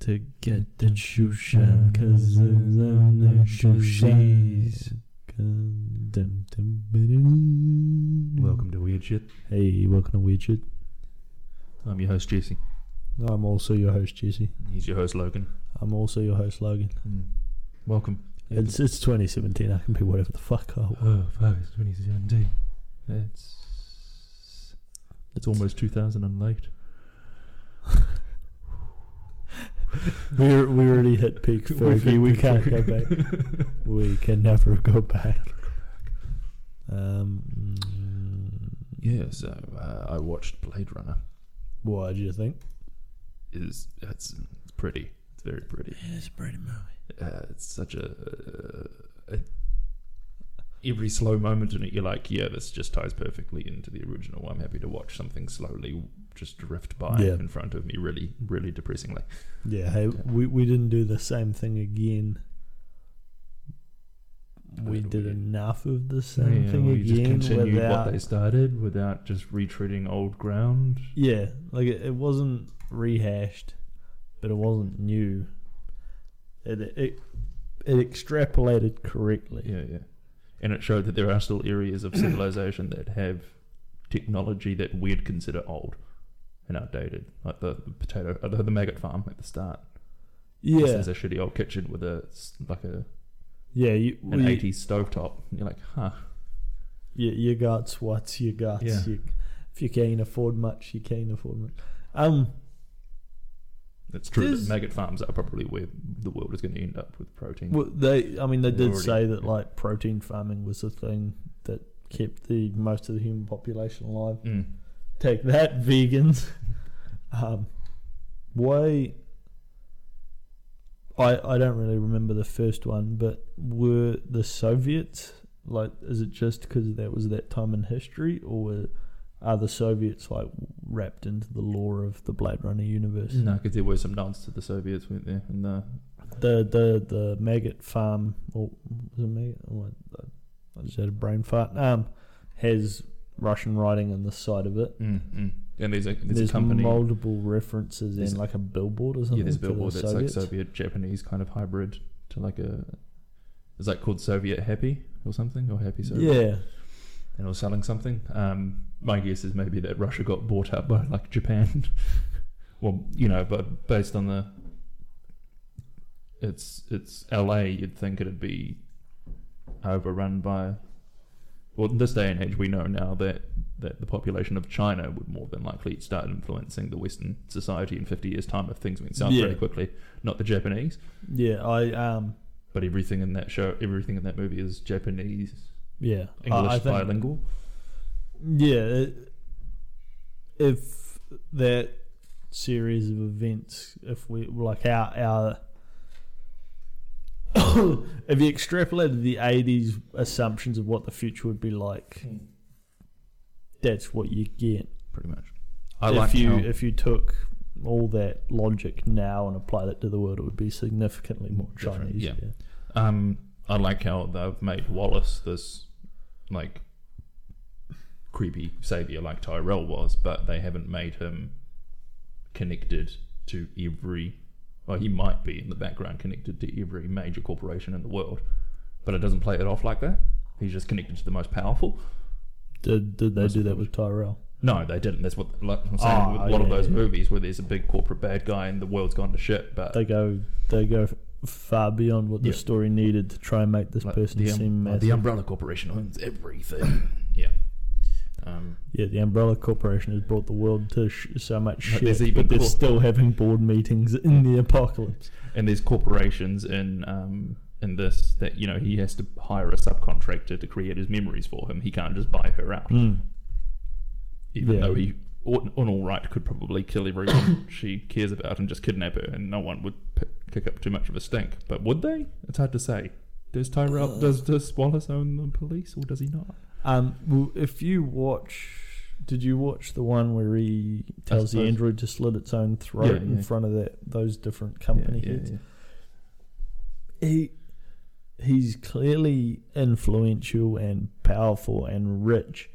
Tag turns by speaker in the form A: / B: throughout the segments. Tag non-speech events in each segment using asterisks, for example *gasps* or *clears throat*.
A: to get the shoe shine, cause I'm on the shoe shines.
B: Welcome to Weird Shit.
A: Hey, welcome to Weird Shit.
B: I'm your host Jesse.
A: I'm also your host, Jesse.
B: He's your host Logan. Hmm.
A: I'm also your host, Logan.
B: Welcome.
A: It's, it's 2017. I can be whatever the fuck I want.
B: Oh fuck! It's 2017. It's it's almost 2008.
A: We're, we already hit peak
B: We've hit
A: Fergie. We
B: peak
A: can't go back.
B: *laughs*
A: We can never go back. Um, mm,
B: Yeah. So uh, I watched Blade Runner.
A: what do you think?
B: Is it's, it's pretty. It's very pretty.
A: It's a pretty movie.
B: Uh, it's such a, uh, a- every slow moment in it, you're like, yeah, this just ties perfectly into the original. I'm happy to watch something slowly just drift by
A: Yeah.
B: in front of me, really, really depressingly.
A: Yeah, hey,
B: Yeah.
A: we we didn't do the same thing again. We
B: Uh,
A: did
B: we-
A: enough of the same
B: Yeah,
A: thing
B: well, you just
A: again
B: continued what
A: without.
B: they started without just retreading old ground.
A: Yeah, like it, it wasn't rehashed, but it wasn't new. It it it extrapolated correctly.
B: Yeah, yeah. And it showed that there are still areas of civilization that have technology that we'd consider old and outdated, like the, the potato, uh, the, the maggot farm at the start.
A: Yeah,
B: There's a shitty old kitchen with a s- like a
A: yeah. You,
B: an
A: you-
B: 80s stovetop. And You're like, huh?
A: you, you got what's you got.
B: Yeah.
A: You, if you can't afford much, you can't afford much. Um,
B: It's true
A: There's-
B: that maggot farms are probably where the world is going to end up with protein.
A: Well, they, I mean, they
B: They
A: did
B: already-
A: say that
B: yeah.
A: like protein farming was the thing that kept the most of the human population alive.
B: Mm.
A: Take that, vegans. um, why? I I don't really remember the first one, but were the Soviets like? Is it just because that was that time in history, or were, are the Soviets like wrapped into the lore of the Blade Runner universe?
B: No, because there were some nods to the Soviets, weren't there? And uh,
A: the
B: the
A: the the maggot farm or was it maggot? Oh, what- I just had a brain fart. Um, has Russian writing on the side of it.
B: mm, mm. and there's a there's,
A: There's
B: a company.
A: multiple references in
B: There's-
A: like a billboard or something.
B: yeah, there's a
A: for the
B: billboard that's
A: Soviets.
B: like Soviet Japanese kind of hybrid to like a. It's like called Soviet Happy or something, or Happy Soviet.
A: Yeah,
B: And it was selling something. Um, my guess is maybe that Russia got bought up by like Japan. *laughs* well, you know, but based on the. It's it's LA. You'd think it'd be overrun by. Well, in this day and age, we know now that, that the population of China would more than likely start influencing the Western society in 50 years' time if things went south
A: Yeah.
B: pretty quickly. Not the Japanese,
A: yeah. I um,
B: but everything in that show, everything in that movie is Japanese,
A: yeah. I-
B: English
A: I think-
B: bilingual.
A: Yeah, it, if that series of events, if we like our our, *coughs* if you extrapolated the '80s assumptions of what the future would be like,
B: Hmm.
A: that's what you get.
B: pretty much. I
A: if
B: like
A: you
B: how,
A: if you took all that logic now and applied it to the world, it would be significantly more
B: Different,
A: Chinese.
B: yeah. um I like how they've made Wallace this like creepy savior like Tyrell was, but they haven't made him connected to every. Well, he might be in the background connected to every major corporation in the world, but it doesn't play it off like that. He's just connected to the most powerful.
A: Did did they
B: Most
A: do that with Tyrell?
B: No, they didn't. That's what like I'm saying
A: Ah,
B: with a lot of
A: yeah,
B: those
A: yeah.
B: movies where there's a big corporate bad guy and the world's gone to shit, but
A: They go they go far beyond what the
B: Yeah.
A: story needed to try and make this
B: Like,
A: person
B: the, um,
A: seem
B: like,
A: massive.
B: the umbrella corporation owns everything *clears throat* yeah um,
A: yeah, the Umbrella Corporation has brought the world to sh- so much
B: Like, there's
A: shit,
B: even
A: but they're
B: cor-
A: still having board meetings in the apocalypse.
B: and there's corporations in um, in this that you know he has to hire a subcontractor to create his memories for him he can't just buy her out even
A: Yeah.
B: though he on on all right could probably kill *coughs* everyone she cares about and just kidnap her and no one would p- kick up too much of a stink but would they it's hard to say does Tyrell does does Wallace own the police or does he not
A: Um, well, if you watch, did you watch the one where he tells the
B: suppose-
A: android to slit its own throat
B: Yeah,
A: in
B: yeah.
A: front of that those different company
B: yeah, yeah,
A: heads?
B: yeah.
A: He he's clearly influential and powerful and rich,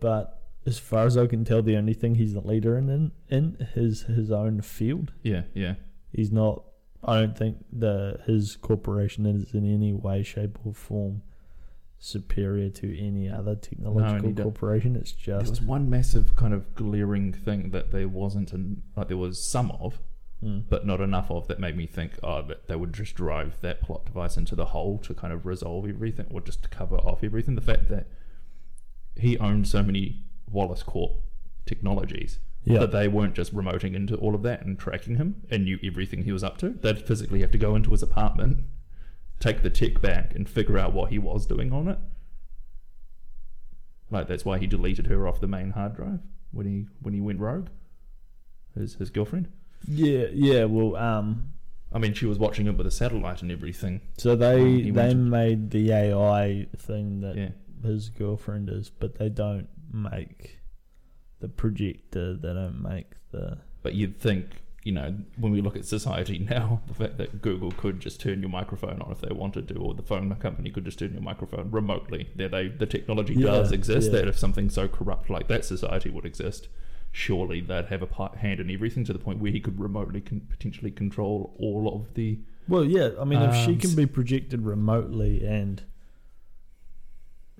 A: but as far as I can tell, the only thing he's the leader in in, in is his own field.
B: Yeah, yeah.
A: He's not. I don't think the his corporation is in any way, shape, or form superior to any other technological
B: he don't-
A: corporation. It's
B: There
A: just
B: was one massive kind of glaring thing that there wasn't, an, like there was some of,
A: Mm.
B: but not enough of that made me think, oh, that they would just drive that plot device into the hole to kind of resolve everything or just to cover off everything. The fact that he owned so many Wallace Corp technologies
A: Yeah.
B: that they weren't just remoting into all of that and tracking him and knew everything he was up to. They'd physically have to go into his apartment, take the tech back, and figure out what he was doing on it. Like that's why he deleted her off the main hard drive when he when he went rogue. His his girlfriend.
A: yeah, yeah. Well, um,
B: I mean, she was watching it with a satellite and everything.
A: so they
B: He
A: they
B: wanted-
A: made the AI thing that
B: Yeah,
A: his girlfriend is, but they don't make the projector. They don't make the
B: but you'd think, you know, when we look at society *laughs* now, the fact that Google could just turn your microphone on if they wanted to, or the phone company could just turn your microphone remotely. They, they the technology
A: Yeah,
B: does exist.
A: yeah.
B: That if something so corrupt like that society would exist, surely they'd have a part, hand in everything to the point where he could remotely con- potentially control all of the.
A: Well, yeah. I mean, if she
B: Um,
A: can be projected remotely and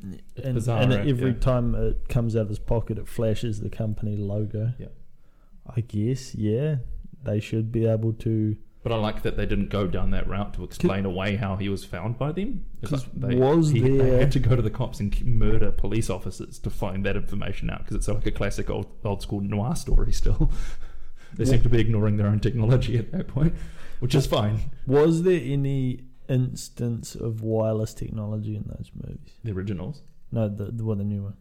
A: and,
B: bizarre,
A: and
B: right?
A: every
B: Yeah.
A: time it comes out of his pocket, it flashes the company logo.
B: Yeah.
A: I guess yeah, they should be able to.
B: But I like that they didn't go down that route to explain away how he was found by them. It's
A: 'Cause
B: like they,
A: was
B: he, they
A: there-
B: had to go to the cops and k- murder police officers to find that information out because it's like a classic old old school noir story. Still, *laughs* they
A: Yeah.
B: seem to be ignoring their own technology at that point, which is fine.
A: Was there any instance of wireless technology in those movies?
B: The originals,
A: No, the the, well, the new one.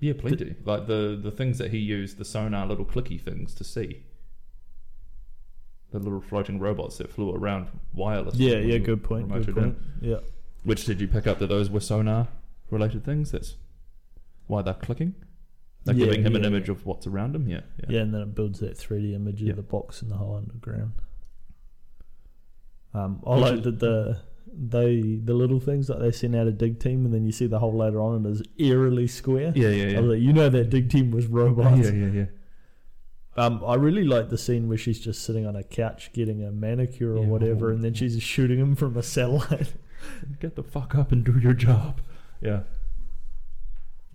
B: yeah, plenty. like the the things that he used, the sonar little clicky things to see. The little floating robots that flew around wireless.
A: Yeah,
B: when
A: yeah.
B: you
A: Good point.
B: remoted
A: Good
B: in.
A: point. Yeah.
B: Which did you pick up that those were sonar related things? That's why they're clicking. They're
A: Yeah,
B: giving him an
A: yeah,
B: image of what's around him. Yeah, yeah.
A: Yeah, and then it builds that 3D image
B: Yeah.
A: of the box and the whole underground. Um, I
B: Which
A: like
B: is-
A: that the they the little things like they send out a dig team and then you see the hole later on and it's eerily square.
B: yeah,
A: I
B: yeah, yeah.
A: was like, you know that dig team was
B: Oh,
A: robots.
B: yeah, yeah, yeah.
A: Um, I really like the scene where she's just sitting on a couch getting a manicure or
B: Yeah,
A: whatever,
B: oh.
A: and then she's shooting him from a satellite.
B: Get the fuck up and do your job. Yeah.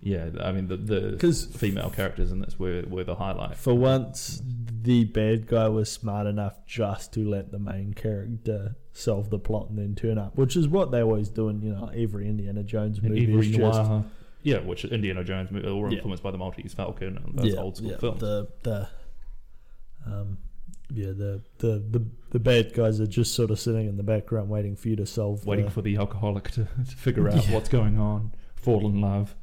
B: Yeah, I mean the the
A: Because
B: female characters and that's where were the highlight.
A: for once, the bad guy was smart enough just to let the main character solve the plot and then turn up, which is what they always do in you know every Indiana Jones
B: And
A: movie.
B: every
A: is just,
B: noir, yeah, which Indiana Jones movie, or
A: Yeah.
B: influenced by the Maltese Falcon and those
A: yeah,
B: old school
A: yeah,
B: films.
A: The the um, yeah the, the the the bad guys are just sort of sitting in the background waiting for you to solve.
B: waiting
A: the,
B: for the alcoholic to, *laughs* to figure out
A: Yeah.
B: what's going on, fall in love,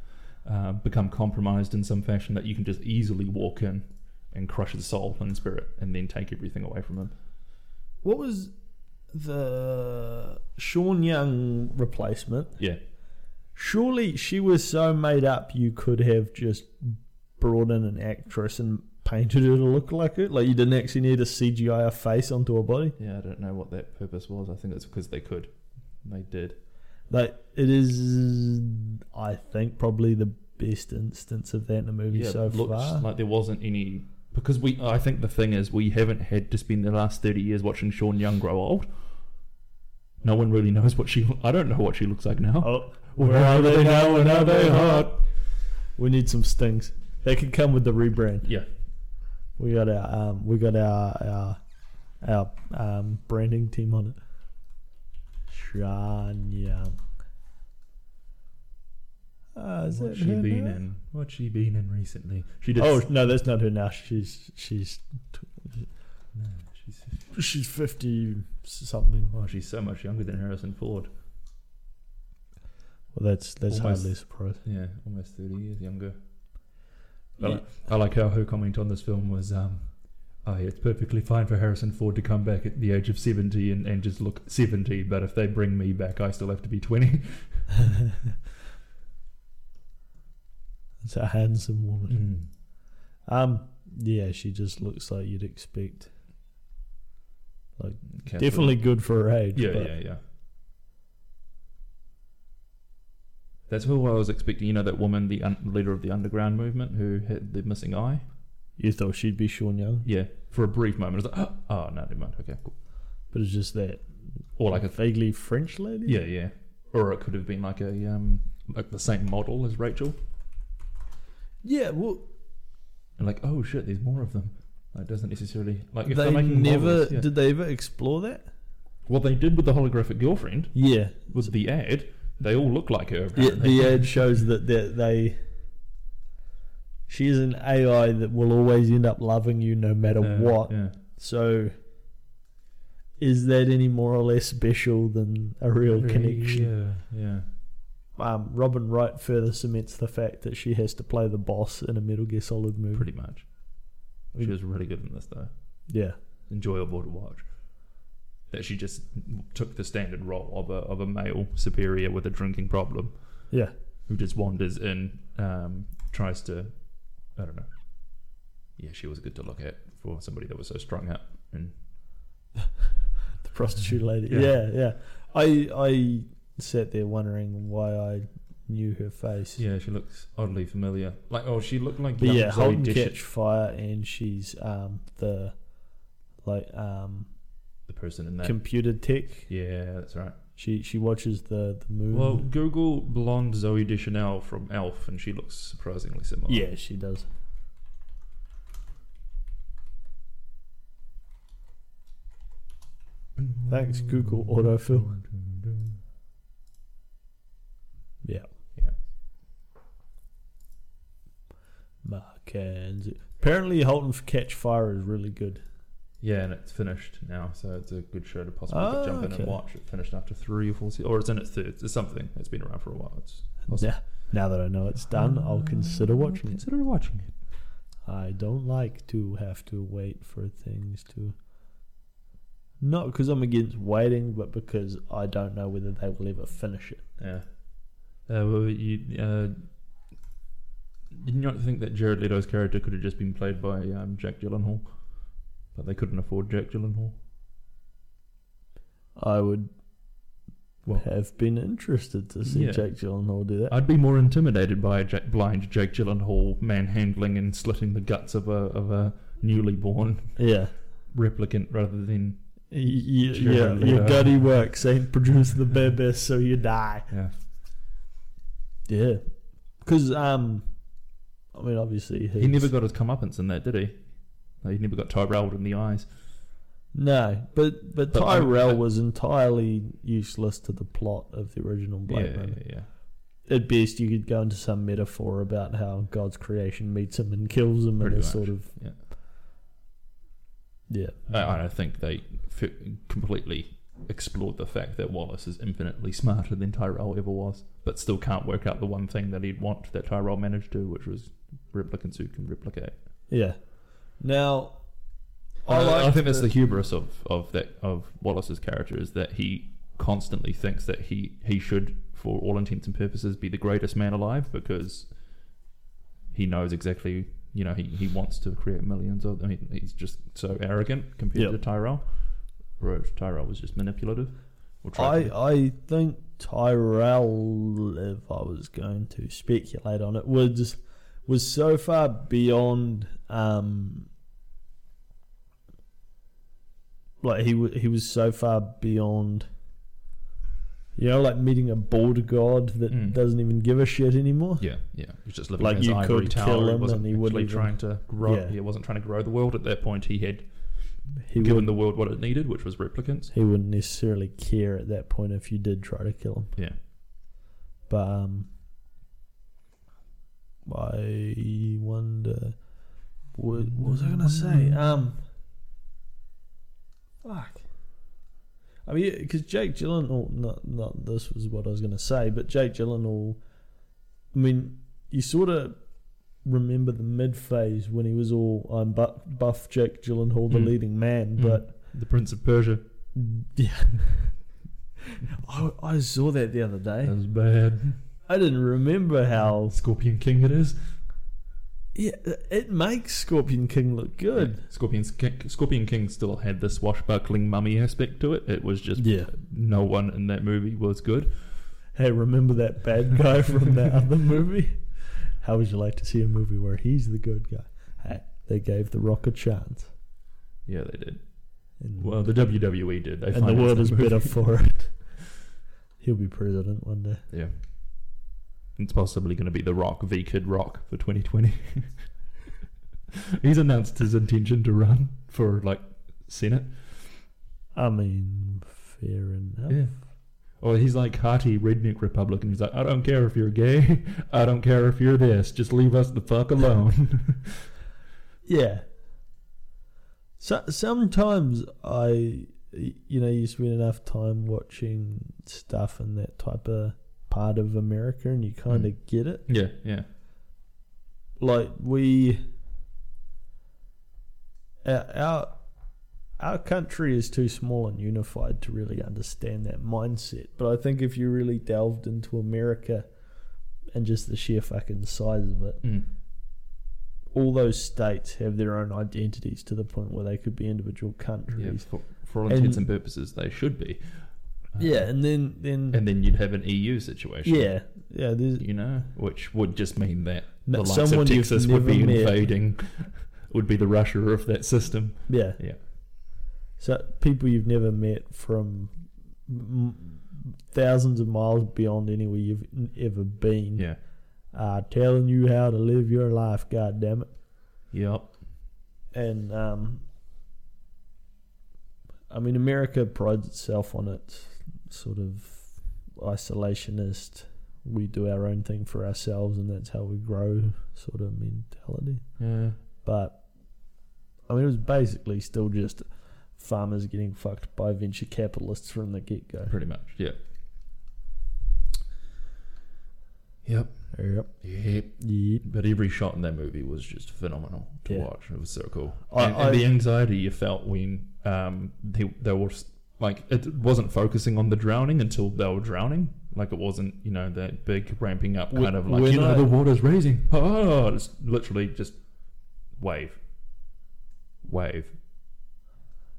B: uh, become compromised in some fashion that you can just easily walk in and crush his soul and spirit and then take everything away from him.
A: what was the Sean Young replacement?
B: Yeah.
A: Surely she was so made up you could have just brought in an actress and painted her to look like it. Like you didn't actually need to CGI a face onto her body.
B: Yeah, I don't know what that purpose was. I think it's because they could. They did.
A: Like it is, I think, probably the best instance of that in a movie
B: yeah,
A: so
B: it looks
A: far.
B: like there wasn't any because we I think the thing is we haven't had to spend the last 30 years watching Sean Young grow old. No one really knows what she I don't know what she looks like now.
A: oh, where are they now? And are they hot? We need some stings. They could come with the rebrand.
B: Yeah.
A: We got our um, we got our our, our um, branding team on it. Sean Young. Uh, is that
B: What's she
A: her
B: been
A: now?
B: in? What's she been in recently? She did.
A: Oh no, that's not her now. She's she's
B: no, she's,
A: she's fifty something.
B: oh, she's so much younger than Harrison Ford.
A: Well, that's that's
B: Almost.
A: hardly a surprise.
B: Yeah, almost thirty years younger.
A: Yeah.
B: I, like, I like how her comment on this film was, um, "Oh, yeah, it's perfectly fine for Harrison Ford to come back at the age of seventy and, and just look seventy, but if they bring me back, I still have to be 20.
A: It's a handsome woman.
B: *laughs* Mm.
A: Um, yeah, she just looks like you'd expect.
B: Catherine-
A: Definitely good for her age.
B: Yeah,
A: but
B: yeah, yeah. That's who I was expecting. You know that woman, the un- leader of the underground movement, who had the missing eye.
A: You thought she'd be Sean Young,
B: Yeah, for a brief moment, I was like, *gasps* oh, no, never mind. Okay, cool.
A: but it's just that
B: Or like a
A: vaguely French lady.
B: yeah, yeah, or it could have been like a um, like the same model as Rachel,
A: yeah. Well,
B: and like, oh shit, there's more of them. Like, doesn't necessarily like if
A: they
B: are making
A: never
B: models, yeah.
A: did. They ever explore that?
B: What they did with the holographic girlfriend
A: Yeah,
B: was the ad. They all look like her.
A: Yeah,
B: apparently.
A: the ad shows that that they. She is an AI that will always end up loving you no matter
B: Uh,
A: what.
B: Yeah.
A: So, is that any more or less special than a real connection?
B: Yeah, yeah.
A: Um, Robin Wright further cements the fact that she has to play the boss in a Metal Gear Solid movie.
B: Pretty much. She was really good in this though.
A: Yeah,
B: Enjoyable to watch. That she just took the standard role of a of a male superior with a drinking problem
A: yeah.
B: who just wanders in, um, tries to, I don't know. Yeah, she was good to look at for somebody that was so strung up. And
A: The prostitute lady.
B: Yeah.
A: Yeah, yeah. I I sat there wondering why I knew her face.
B: yeah, she looks oddly familiar. Like, oh, she looked like
A: But
B: young
A: yeah,
B: Zoe
A: Holden
B: Deschanel-
A: catch fire, and she's um the like um
B: the person in that.
A: computer tech.
B: yeah, that's right.
A: She she watches the the moon.
B: Well, Google blonde Zoe Deschanel from Elf, and she looks surprisingly similar.
A: yeah, she does. Thanks, Google autofill. Yeah.
B: Yeah.
A: Mackenzie. Apparently, Holden Catch Fire is really good.
B: Yeah, and it's finished now, so it's a good show to possibly
A: Ah,
B: jump in
A: okay.
B: and watch. It finished after three or four, se- or it's in its third. It's something. It's been around for a while. It's possible.
A: Yeah. Now that I know it's done, I'll consider watching it.
B: Consider watching it.
A: I don't like to have to wait for things to. Not because I'm against waiting, but because I don't know whether they will ever finish it.
B: Yeah. Uh, well, you uh, did you not think that Jared Leto's character could have just been played by um, Jack Gyllenhaal, but they couldn't afford Jack Gyllenhaal.
A: I would
B: Well-
A: have been interested to see
B: Yeah.
A: Jake Gyllenhaal do that.
B: I'd be more intimidated by a Jack, blind Jake Gyllenhaal manhandling and slitting the guts of a of a newly born
A: yeah.
B: replicant rather than
A: Y- y-
B: Sure,
A: yeah,
B: you
A: your
B: know.
A: dirty works ain't produced the bare best, so you die.
B: yeah
A: Yeah, because um, I mean, obviously
B: He never got his comeuppance in that, did he? No, He never got Tyrelled in the eyes.
A: no, but but,
B: But, um,
A: Tyrell
B: but-
A: was entirely useless to the plot of the original Blade
B: yeah,
A: Runner.
B: yeah, yeah.
A: At best, you could go into some metaphor about how God's creation meets him and kills him,
B: Pretty
A: and
B: much.
A: it's sort of
B: yeah.
A: yeah,
B: I, I don't think they f- completely explored the fact that Wallace is infinitely smarter than Tyrell ever was, but still can't work out the one thing that he'd want that Tyrell managed to, which was replicants who can replicate.
A: yeah. Now,
B: I, I
A: like
B: think that's the hubris of, of that of Wallace's character is that he constantly thinks that he, he should, for all intents and purposes, be the greatest man alive because he knows exactly you know, he, he wants to create millions of them. He, he's just so arrogant compared
A: Yep.
B: to Tyrell. Whereas Tyrell was just manipulative. Or tried to
A: I,
B: be.
A: I think Tyrell, if I was going to speculate on it, was was so far beyond. Um, like he wa he was so far beyond. You know, like meeting a bald god that
B: Mm.
A: doesn't even give a shit anymore.
B: yeah, yeah. He's just living
A: Like,
B: in his
A: you
B: ivory
A: could
B: tower.
A: kill him
B: he wasn't
A: and he wouldn't
B: actually
A: even-
B: trying to grow.
A: Yeah.
B: He wasn't trying to grow the world at that point. He had
A: He
B: given
A: would
B: the world what it needed, which was replicants.
A: he wouldn't necessarily care at that point if you did try to kill him.
B: Yeah.
A: But um, I wonder. What, what was I gonna say? Um, fuck. I mean, because Jake Gyllenhaal. Not not this was what I was gonna say, but Jake Gyllenhaal. I mean, you sort of remember the mid phase when he was all I'm buff, buff Jake Gyllenhaal, the
B: Mm.
A: leading man,
B: Mm.
A: but *laughs*
B: The Prince of Persia.
A: yeah. I, I saw that the other day.
B: That's bad.
A: I didn't remember how.
B: Scorpion King it is.
A: Yeah, it makes Scorpion King look good.
B: Scorpion, King, Scorpion King still had this washbuckling mummy aspect to it. It was just
A: Yeah.
B: no one in that movie was good.
A: Hey, remember that bad
B: *laughs*
A: guy from that other movie? How would you like to see a movie where he's the good guy? Hey, They gave The Rock a chance.
B: Yeah, they did.
A: And,
B: Well, the WWE did. They
A: and the
B: financed
A: world
B: that
A: is
B: movie.
A: better for
B: *laughs*
A: it. He'll be president one day.
B: Yeah. It's possibly going to be The Rock v Kid Rock for 2020. *laughs* He's announced his intention to run for like Senate.
A: I mean, fair enough.
B: Yeah. Or he's like hearty redneck Republican. He's like, I don't care if you're gay. *laughs* I don't care if you're this. Just leave us the fuck alone. *laughs*
A: Yeah. So sometimes I, you know, you spend enough time watching stuff in that type of part of America, and you kind of get it.
B: yeah, yeah.
A: Like we, our, our our country is too small and unified to really understand that mindset. But I think if you really delved into America and just the sheer fucking size of it,
B: Mm.
A: all those states have their own identities to the point where they could be individual
B: Yeah,
A: countries.
B: for, for all
A: And-
B: intents and purposes, they should be. Uh,
A: Yeah, and then then
B: And then you'd have an EU situation.
A: yeah, yeah, there's
B: You know, which would just mean that the
A: no,
B: likes
A: someone
B: of
A: you've
B: Texas would be
A: never met.
B: invading, *laughs* would be the Russia of that system.
A: Yeah,
B: Yeah.
A: so people you've never met from m- thousands of miles beyond anywhere you've n- ever been
B: Yeah.
A: are telling you how to live your life. God damn it!
B: Yep.
A: And um, I mean, America prides itself on its sort of isolationist. We do our own thing for ourselves, and that's how we grow, sort of mentality.
B: Yeah.
A: But I mean, it was basically still just farmers getting fucked by venture capitalists from the get go.
B: Pretty much. Yeah. Yep.
A: Yep.
B: Yep.
A: Yep.
B: But every shot in that movie was just phenomenal to
A: Yeah.
B: watch. It was so cool.
A: I-
B: and, and
A: I-
B: the anxiety you felt when um, they, they were s- like, it wasn't focusing on the drowning until they were drowning. Like, it wasn't, you know, that big ramping up
A: Wh-
B: kind of like,
A: when
B: you know,
A: I-
B: the water's raising. Oh, it's literally just wave, wave,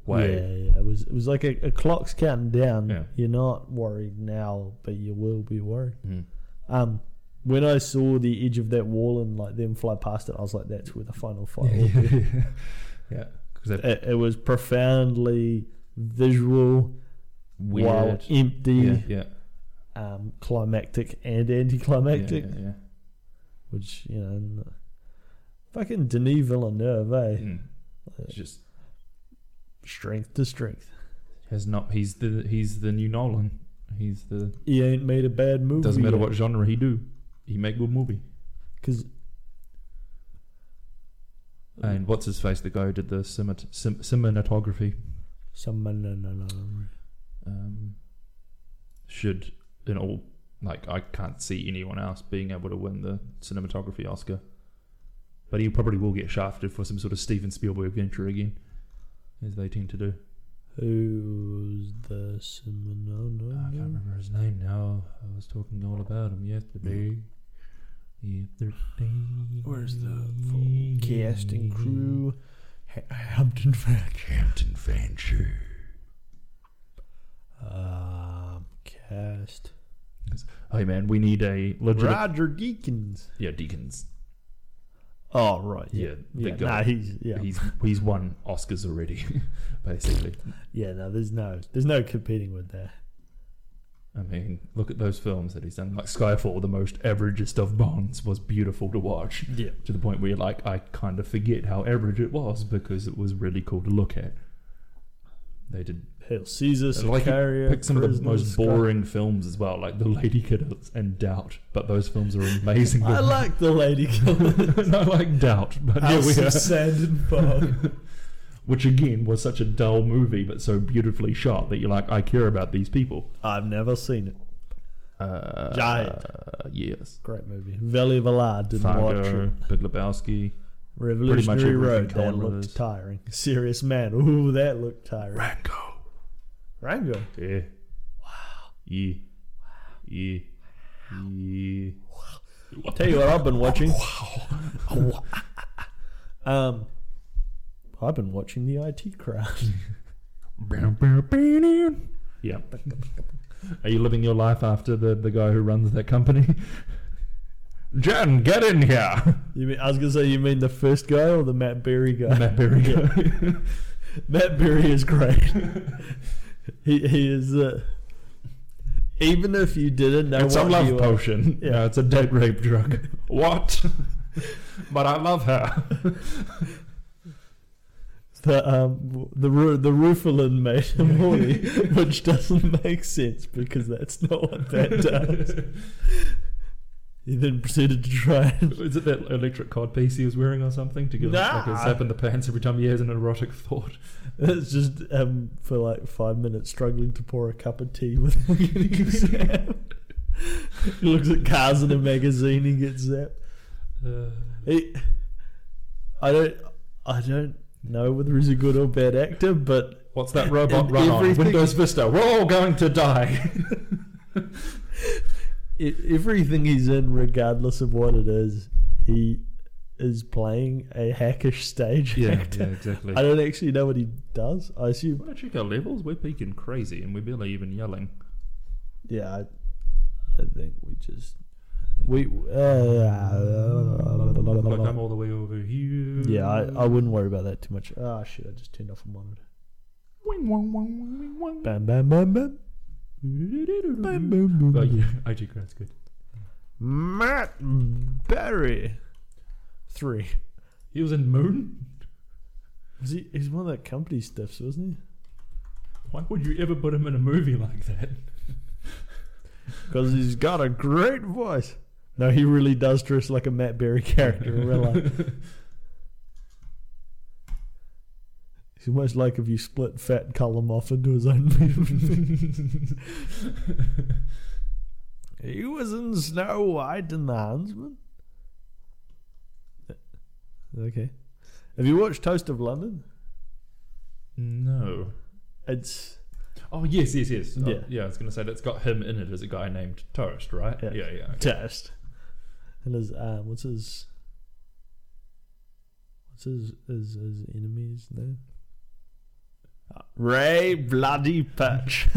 B: wave.
A: Yeah, yeah. It was it was like a, a clock's counting down.
B: Yeah.
A: You're not worried now, but you will be worried.
B: Mhm.
A: Um, when I saw the edge of that wall and like them fly past it, I was like, "That's where the final fight." will be."
B: *laughs*
A: *laughs*
B: Yeah. yeah. Because that
A: It, it was profoundly visual,
B: weird.
A: wild, empty,
B: yeah. Yeah.
A: um, climactic and
B: Yeah,
A: anticlimactic.
B: yeah, yeah.
A: which you know, n- fucking Denis Villeneuve, eh?
B: Mm. It's just
A: Strength to strength.
B: has not. He's the he's the new Nolan. He's the
A: He ain't made a bad movie.
B: doesn't matter what genre he do. He make good movie.
A: because
B: And what's his face? The guy who did the cinemat- cin- cinematography
A: someone no, no, no, no.
B: um, should in all like I can't see anyone else being able to win the cinematography Oscar. But he probably will get shafted for some sort of Steven Spielberg venture again, as they tend to do.
A: who's the someone no,
B: I can't
A: no, no.
B: remember his name now. I was talking all about him yesterday. Yesterday.
A: Where's the full cast and crew? Ha- Hampton Frank.
B: Hampton Fancher.
A: Um, cast.
B: Hey man, we need a legit.
A: Roger Deakins.
B: Yeah, Deacons.
A: Oh right, yeah,
B: Yeah, the
A: yeah.
B: guy.
A: Nah, he's yeah,
B: He's he's won Oscars already, *laughs* basically.
A: yeah. No, there's no, there's no competing with that.
B: I mean, look at those films that he's done. Like Skyfall, the most averagest of Bonds, was beautiful to watch
A: Yeah,
B: to the point where you're like, I kind of forget how average it was because it was really cool to look at. They did
A: Hail Caesar,
B: And, like, he
A: Sicaria,
B: pick some of the
A: Prisoner,
B: most
A: Sky-
B: boring films as well, like The Lady Killers and Doubt. But those
A: *laughs*
B: films are amazing. *laughs*
A: I like the lady killer.
B: and I like Doubt, but here
A: House
B: we
A: *laughs* of
B: are.
A: Sand and
B: *laughs*
A: Fog.
B: Which again was such a dull movie, but so beautifully shot that you're like, I care about these people.
A: I've never seen it.
B: Uh,
A: Giant.
B: yes.
A: Great movie. Valley of Allard didn't watch
B: Fargo,
A: it.
B: Big Lebowski,
A: Revolutionary
B: everything
A: Road. That
B: Coen
A: looked
B: Brothers.
A: tiring. Serious Man. Ooh, that looked tiring.
B: Rango.
A: Rango.
B: Yeah. Wow. Yeah. Yeah. Yeah.
A: Tell you what I've been
B: *laughs*
A: watching. *laughs* um, I've been watching the IT Crowd. *laughs*
B: Yeah. *laughs* Are you living your life after the, the guy who runs that company? Jan, get in here.
A: You mean I was gonna say you mean the first guy or the Matt Berry guy?
B: Matt
A: *laughs*
B: Berry
A: Yeah.
B: *laughs* guy.
A: Matt Berry is
B: *laughs*
A: great. he he is. Uh, even if you didn't know
B: it's a
A: what
B: love
A: you were-
B: potion.
A: Yeah.
B: No, it's a date rape drug. *laughs*
A: *laughs*
B: what? but I love her.
A: the um w- the ru- the Rufalin made
B: *laughs*
A: him horny, which doesn't make sense because that's not what that does.
B: *laughs*
A: He then proceeded to try and
B: Is it that electric cod piece he was wearing or something to give him like
A: Nah.
B: a zap in the pants every time he has an erotic thought?
A: *laughs* it's just um for like five minutes struggling to pour a cup of tea *laughs* without getting zapped. he looks at cars in a magazine, he gets zapped.
B: Uh,
A: He, I don't, I don't know whether he's a good or bad actor, but
B: what's that robot
A: And
B: run on?
A: E-, everything-
B: Windows Vista. We're all going to die.
A: e- everything he's in, regardless of what it is, he is playing a hackish stage
B: *laughs*
A: actor.
B: exactly.
A: I don't actually know what he does. I assume,
B: Want to check our levels? We're peaking crazy, and we're barely even yelling.
A: yeah, I, I think we just we. Uh,
B: Like I'm all the way over here.
A: yeah, I, I wouldn't worry about that too much. Ah, shit! I just turned off a monitor.
B: Wing, wong, wong, wing, wong.
A: Bam, bam, bam, bam. Bam, bam,
B: But
A: bam.
B: yeah, IG Grant's good.
A: Matt Berry. Three.
B: He was in Moon.
A: Was he, he's one of that company stuffs, wasn't he?
B: Why would you ever put him in a movie like that?
A: Because he's got a great voice. No, he really does dress like a Matt Berry character in real life. It's almost like if you split Fat Cullum off into his own movie. *laughs* he was in Snow White and the Huntsman. Okay. Have you watched Toast of London?
B: No.
A: It's
B: Oh yes, yes, yes. Oh,
A: Yeah.
B: yeah, I was gonna say that's got him in it as a guy named Toast, right?
A: Yeah.
B: yeah. yeah.
A: test. And his um, what's his what's his his, his enemy's name? Ray Bloody *laughs* Patch.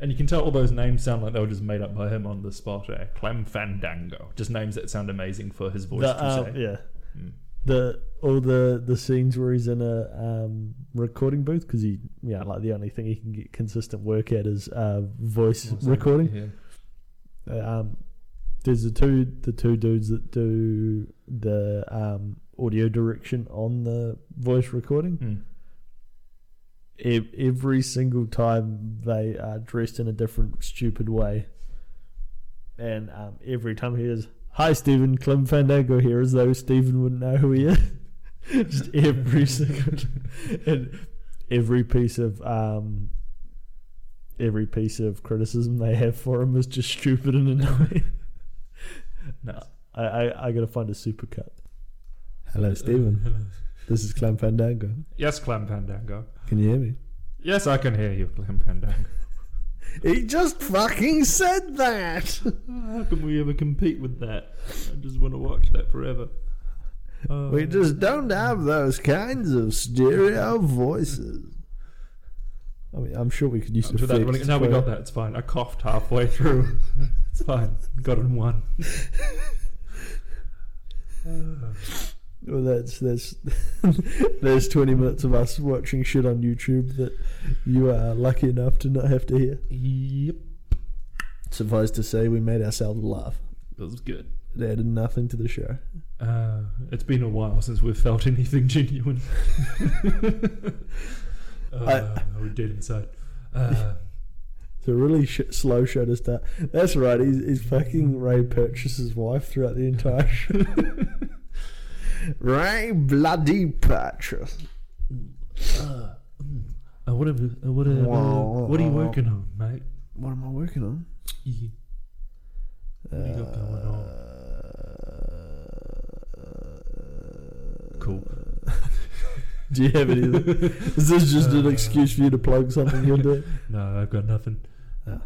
B: And you can tell all those names sound like they were just made up by him on the spot. Eh? Clem Fandango, just names that sound amazing for his voice
A: the,
B: to
A: um,
B: say.
A: yeah.
B: Mm.
A: The all the the scenes where he's in a um, recording booth because he yeah like the only thing he can get consistent work at is uh, voice
B: Awesome.
A: recording.
B: Yeah.
A: um, there's the two the two dudes that do the um, audio direction on the voice recording.
B: Mm.
A: E- every single time they are dressed in a different stupid way, and um, every time he is, "Hi, Stephen, Clem Fandango here," as though Stephen wouldn't know who he is. *laughs* Just every single *laughs* and every piece of um, every piece of criticism they have for him is just stupid and annoying. *laughs*
B: Nice.
A: I, I, I gotta find a supercut. Hello,
B: Hello.
A: This is Clem Fandango.
B: Yes, Clem Fandango.
A: Can you hear me?
B: Yes, I can hear you, Clem Fandango.
A: He just fucking said that.
B: *laughs* How can we ever compete with that? I just want to watch that forever. Uh,
A: We just don't have those kinds of stereo voices. I mean, I'm sure we could use
B: up
A: the
B: to that one-
A: fixed
B: now we got
A: for-
B: that. It's fine. I coughed halfway through. *laughs* it's fine. Got it in one. Uh,
A: Well, that's that's *laughs* there's 20 minutes of us watching shit on YouTube that you are lucky enough to not have to hear.
B: yep.
A: Suffice to say, we made ourselves laugh.
B: It was good.
A: It added nothing to the show.
B: Uh, it's been a while since we've felt *laughs* anything genuine. uh, we're dead inside. Uh,
A: It's a really sh- slow show to start. That's right. He's, he's fucking Ray Purchase's wife throughout the entire show. *laughs* Ray bloody Purchase.
B: uh, mm. Uh, what, have, uh, what, uh, what are you working on, mate?
A: What am I working on?
B: Yeah. What do you got going on?
A: on?
B: Cool.
A: Do you have any? Is this just an excuse for you to plug something you're doing?
B: No, I've got nothing.
A: Yeah.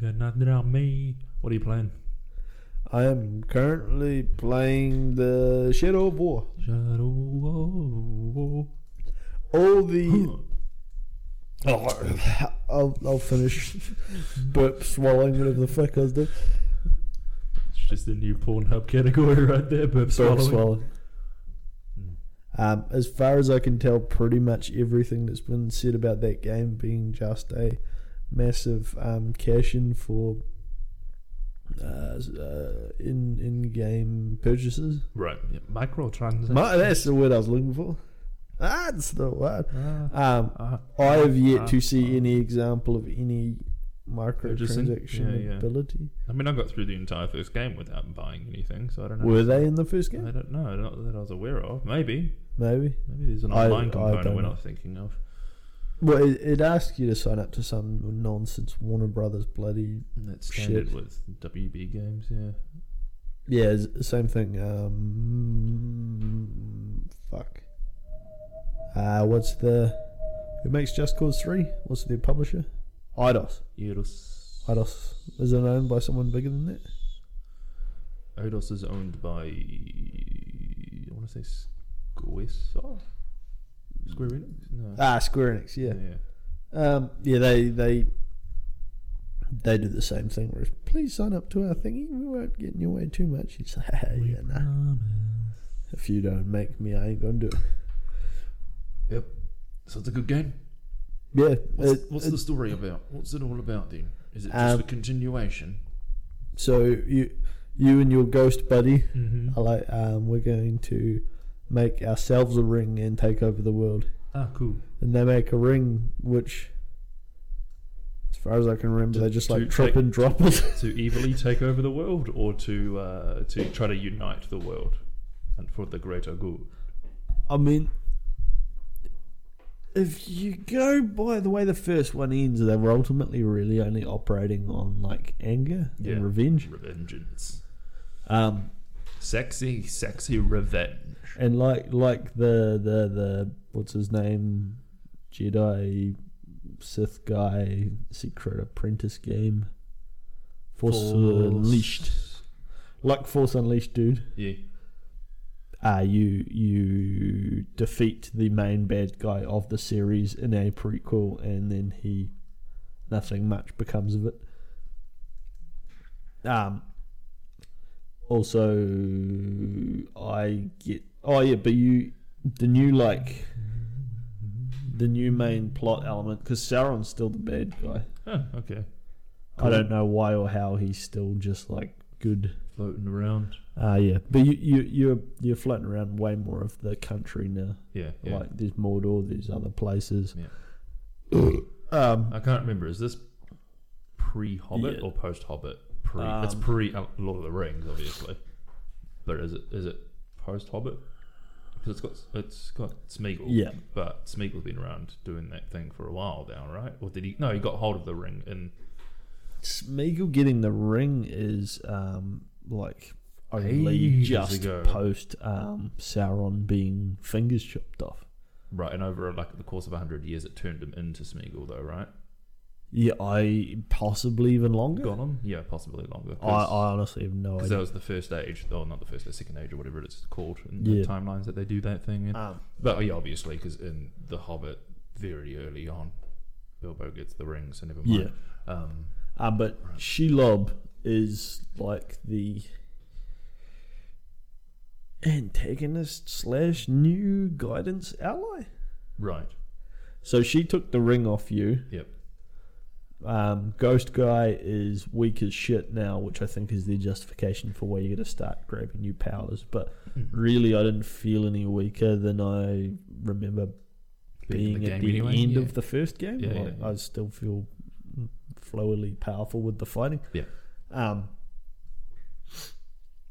B: Got nothing on me. What are you playing?
A: *laughs* I am currently playing the Shadow of War.
B: Shadow. War.
A: All the *gasps* I'll, I'll finish burp swallowing whatever the fuck I was doing.
B: just the new Pornhub category *laughs* right there. Burp
A: Burp
B: swallowing.
A: swallowing.
B: Mm.
A: Um, as far as I can tell, pretty much everything that's been said about that game being just a massive um, cash in for uh, s- uh, in in game purchases.
B: Right. Yeah. Microtransactions.
A: My, that's the word I was looking for. That's the word.
B: Ah,
A: Um,
B: ah.
A: I have yet
B: Ah,
A: to see
B: ah.
A: any example of any
B: Purchasing?
A: microtransaction
B: Yeah, yeah.
A: ability.
B: I mean, I got through the entire first game without buying anything, so I don't know.
A: Were they in the first
B: I
A: game?
B: don't know. Not that I was aware of. Maybe.
A: Maybe.
B: Maybe there's an
A: I-
B: online
A: I
B: component
A: don't
B: we're
A: know.
B: not thinking of.
A: Well, it, it asks you to sign up to some nonsense Warner Brothers bloody
B: That's
A: Shit.
B: standard with WB games, yeah.
A: Yeah, it's the same thing. Um, fuck. Uh, what's the who makes Just Cause Three? What's their publisher? IDOS.
B: Eidos.
A: IDOS is it owned by someone bigger than that?
B: Eidos is owned by. I want to say Squaresoft? Square Enix? No.
A: Ah, Square Enix. Yeah.
B: yeah.
A: Um, yeah, they they they do the same thing. Where it's, please sign up to our thingy. We won't get in your way too much. It's *laughs* like, yeah, nah. If you don't make me, I ain't gonna do it.
B: Yep. So it's a good game.
A: Yeah.
B: What's,
A: it-
B: what's
A: it-
B: the story about? What's it all about then? Is it just
A: Um,
B: a continuation?
A: so you you and your ghost buddy
B: Mm-hmm.
A: I like um, we're going to make ourselves a ring and take over the world.
B: Ah, cool.
A: And they make a ring which, as far as I can remember,
B: To-
A: they just
B: to
A: like trip
B: take-
A: and drop it.
B: *laughs* to evilly take over the world or to uh, to try to unite the world and for the greater good.
A: I mean, if you go by the way the first one ends, they were ultimately really only operating on like anger
B: Yeah.
A: and revenge.
B: Revengeance.
A: Um,
B: Sexy, sexy revenge.
A: and like like the the the what's his name, Jedi, Sith guy, secret apprentice game, Force, Unleashed, like Force Unleashed, dude.
B: Yeah.
A: Uh, you you defeat the main bad guy of the series in a prequel, and then he nothing much becomes of it. Um. Also, I get. Oh yeah, but you the new like the new main plot element because Sauron's still the bad guy.
B: Oh, okay.
A: I don't know why or how he's still just like good.
B: Floating around.
A: Ah, yeah, but you you you're you're floating around way more of the country now.
B: Yeah, yeah.
A: Like there's Mordor, there's other places.
B: Yeah.
A: um,
B: I can't remember. Is this pre Hobbit
A: Yeah.
B: or post Hobbit? Pre. it's
A: Um,
B: pre uh, Lord of the Rings, obviously. But is it is it post Hobbit? Because it's got it's got Smeagol.
A: yeah,
B: But Smeagol's been around doing that thing for a while now, right? Or did he? No, he got hold of the ring in
A: Smeagol getting the ring is um like only
B: Ages
A: just
B: ago.
A: post um Sauron being fingers chopped off.
B: right, and over like the course of hundred years, it turned him into Smeagol, though, right?
A: Yeah, I possibly even longer.
B: Gollum, yeah, possibly longer.
A: I, I honestly have no
B: because that
A: idea.
B: was the first age, or not the first, the second age, or whatever it's called in
A: Yeah.
B: the timelines that they do that thing in.
A: Um,
B: But yeah, obviously, because in The Hobbit, very early on, Bilbo gets the ring, so never mind. Um,
A: Uh, but Shelob is like the antagonist slash new guidance ally.
B: right.
A: So she took the ring off you.
B: Yep.
A: Um, Ghost Guy is weak as shit now, which I think is the justification for why you're going to start grabbing new powers. But
B: Hmm.
A: really, I didn't feel any weaker than I remember being
B: in
A: at the
B: anyway,
A: end
B: yeah.
A: of the first game.
B: Yeah,
A: like,
B: yeah, yeah.
A: I still feel flowily powerful with the fighting.
B: Yeah.
A: Um,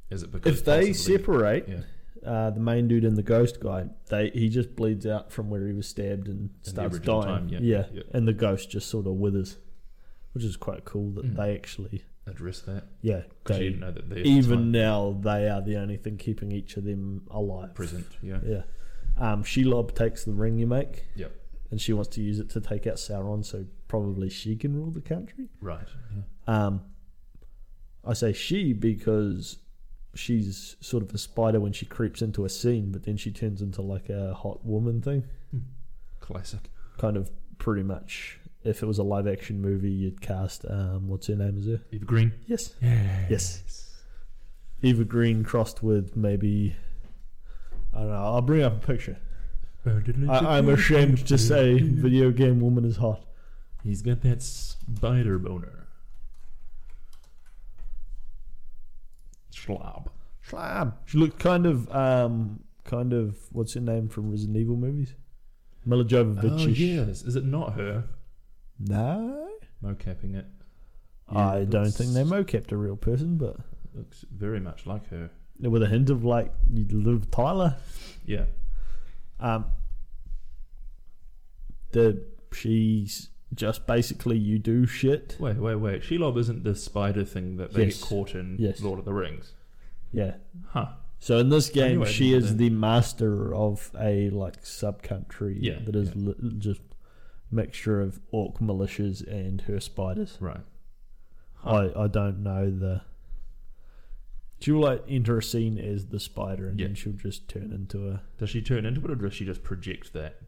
B: Is it because
A: if they
B: possibly-
A: separate,
B: yeah,
A: uh, the main dude and the ghost guy, they he just bleeds out from where he was stabbed and
B: the
A: starts
B: original
A: dying.
B: time, yeah, yeah.
A: and the ghost just sort of withers, which is quite cool that
B: Mm.
A: they actually,
B: address that
A: yeah,
B: because you
A: they,
B: didn't know that they
A: even now they are the only thing keeping each of them alive.
B: present. Yeah,
A: Yeah. Um, Shelob takes the ring you make.
B: Yep.
A: And she wants to use it to take out Sauron, so probably she can rule the country.
B: right. Yeah.
A: Um, I say she because she's sort of a spider when she creeps into a scene, but then she turns into like a hot woman thing.
B: Classic.
A: Kind of pretty much. If it was a live action movie, you'd cast um, what's her name as her?
B: Eva Green.
A: Yes.
B: Yeah.
A: Yes. evergreen crossed with maybe. I don't know. I'll bring up a picture. I, I'm ashamed to say, video game woman is hot.
B: He's got that spider boner. Schlab.
A: Slam. She looked kind of, um, kind of what's her name from Resident Evil movies, Mila Jovovich.
B: Oh, yes. Is it not her?
A: No,
B: Mocapping it.
A: I
B: Yeah,
A: don't think they
B: looks-
A: mocapped a real person, but
B: Looks very much like her.
A: with a hint of like you live Tyler.
B: Yeah.
A: Um, the she's just basically you do shit.
B: Wait, wait, wait. Shelob isn't the spider thing that they
A: Yes.
B: get caught in
A: Yes.
B: Lord of the Rings.
A: Yeah.
B: Huh.
A: So in this game,
B: Anyway,
A: she
B: then-
A: is the master of a like subcountry
B: Yeah,
A: that is
B: yeah.
A: li- just mixture of orc militias and her spiders.
B: Right.
A: I, I don't know the. She'll like enter a scene as the spider, and
B: Yeah.
A: then she'll just turn into a.
B: Does she turn into it or does she just project that?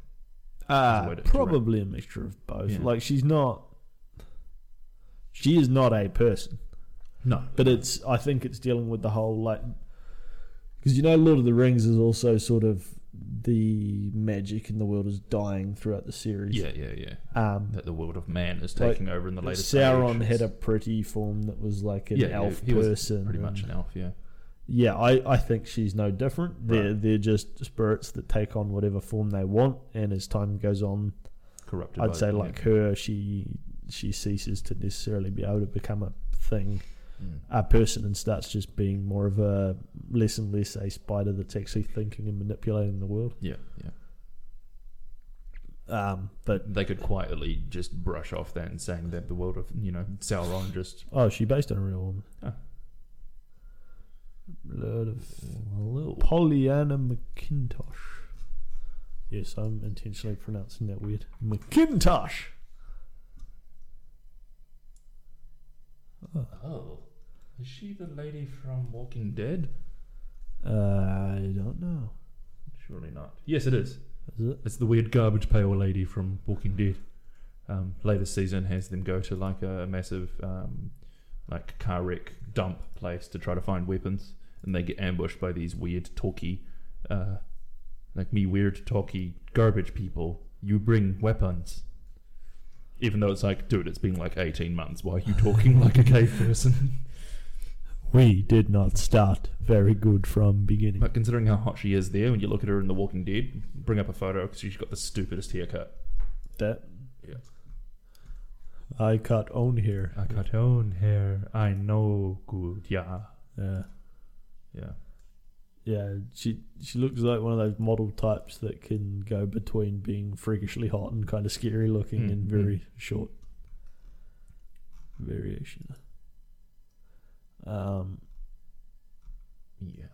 A: Ah,
B: way to- to
A: probably a mixture of both.
B: Yeah.
A: Like she's not. She is not a person,
B: No.
A: but it's. I think it's dealing with the whole like, because you know, Lord of the Rings is also sort of the magic in the world is dying throughout the series.
B: Yeah, yeah, yeah.
A: Um,
B: That the world of man is
A: Like,
B: taking over in the latest.
A: Sauron
B: age.
A: had a pretty form that was like an
B: Yeah, yeah,
A: elf
B: he was
A: person,
B: pretty
A: and-
B: much an elf. Yeah.
A: Yeah, I, I think she's no different. They're
B: Right.
A: they're just spirits that take on whatever form they want, and as time goes on,
B: Corrupted. by
A: I'd say
B: the-
A: like her, she she ceases to necessarily be able to become a thing,
B: Mm.
A: a person, and starts just being more of a less and less a spider that's actually thinking and manipulating the world.
B: Yeah, yeah.
A: Um, but
B: They could quietly just brush off that and saying that the world of you know Sauron just
A: oh, she based on a real woman.
B: Oh.
A: Lord of Pollyanna McIntosh. Yes, I'm intentionally pronouncing that weird. McIntosh.
B: Oh, is she the lady from Walking Dead?
A: Uh, I don't know.
B: Surely not. Yes, it is.
A: Is it?
B: It's the weird garbage pail lady from Walking Dead. Um, latest season has them go to like a massive um, like car wreck dump place to try to find weapons, and they get ambushed by these weird talky, uh, like me weird talky garbage people. You bring weapons. Even though it's like, dude, it's been like 18 months. Why are you talking like a gay person?
A: We did not start very good from beginning.
B: But considering how hot she is there, when you look at her in The Walking Dead, bring up a photo because she's got the stupidest haircut.
A: that
B: Yeah.
A: I cut on here.
B: I got own hair. I know good. Yeah.
A: Yeah.
B: Yeah.
A: Yeah, she she looks like one of those model types that can go between being freakishly hot and kind of scary looking
B: Mm,
A: and
B: mm.
A: very short variation. Um,
B: Yeah.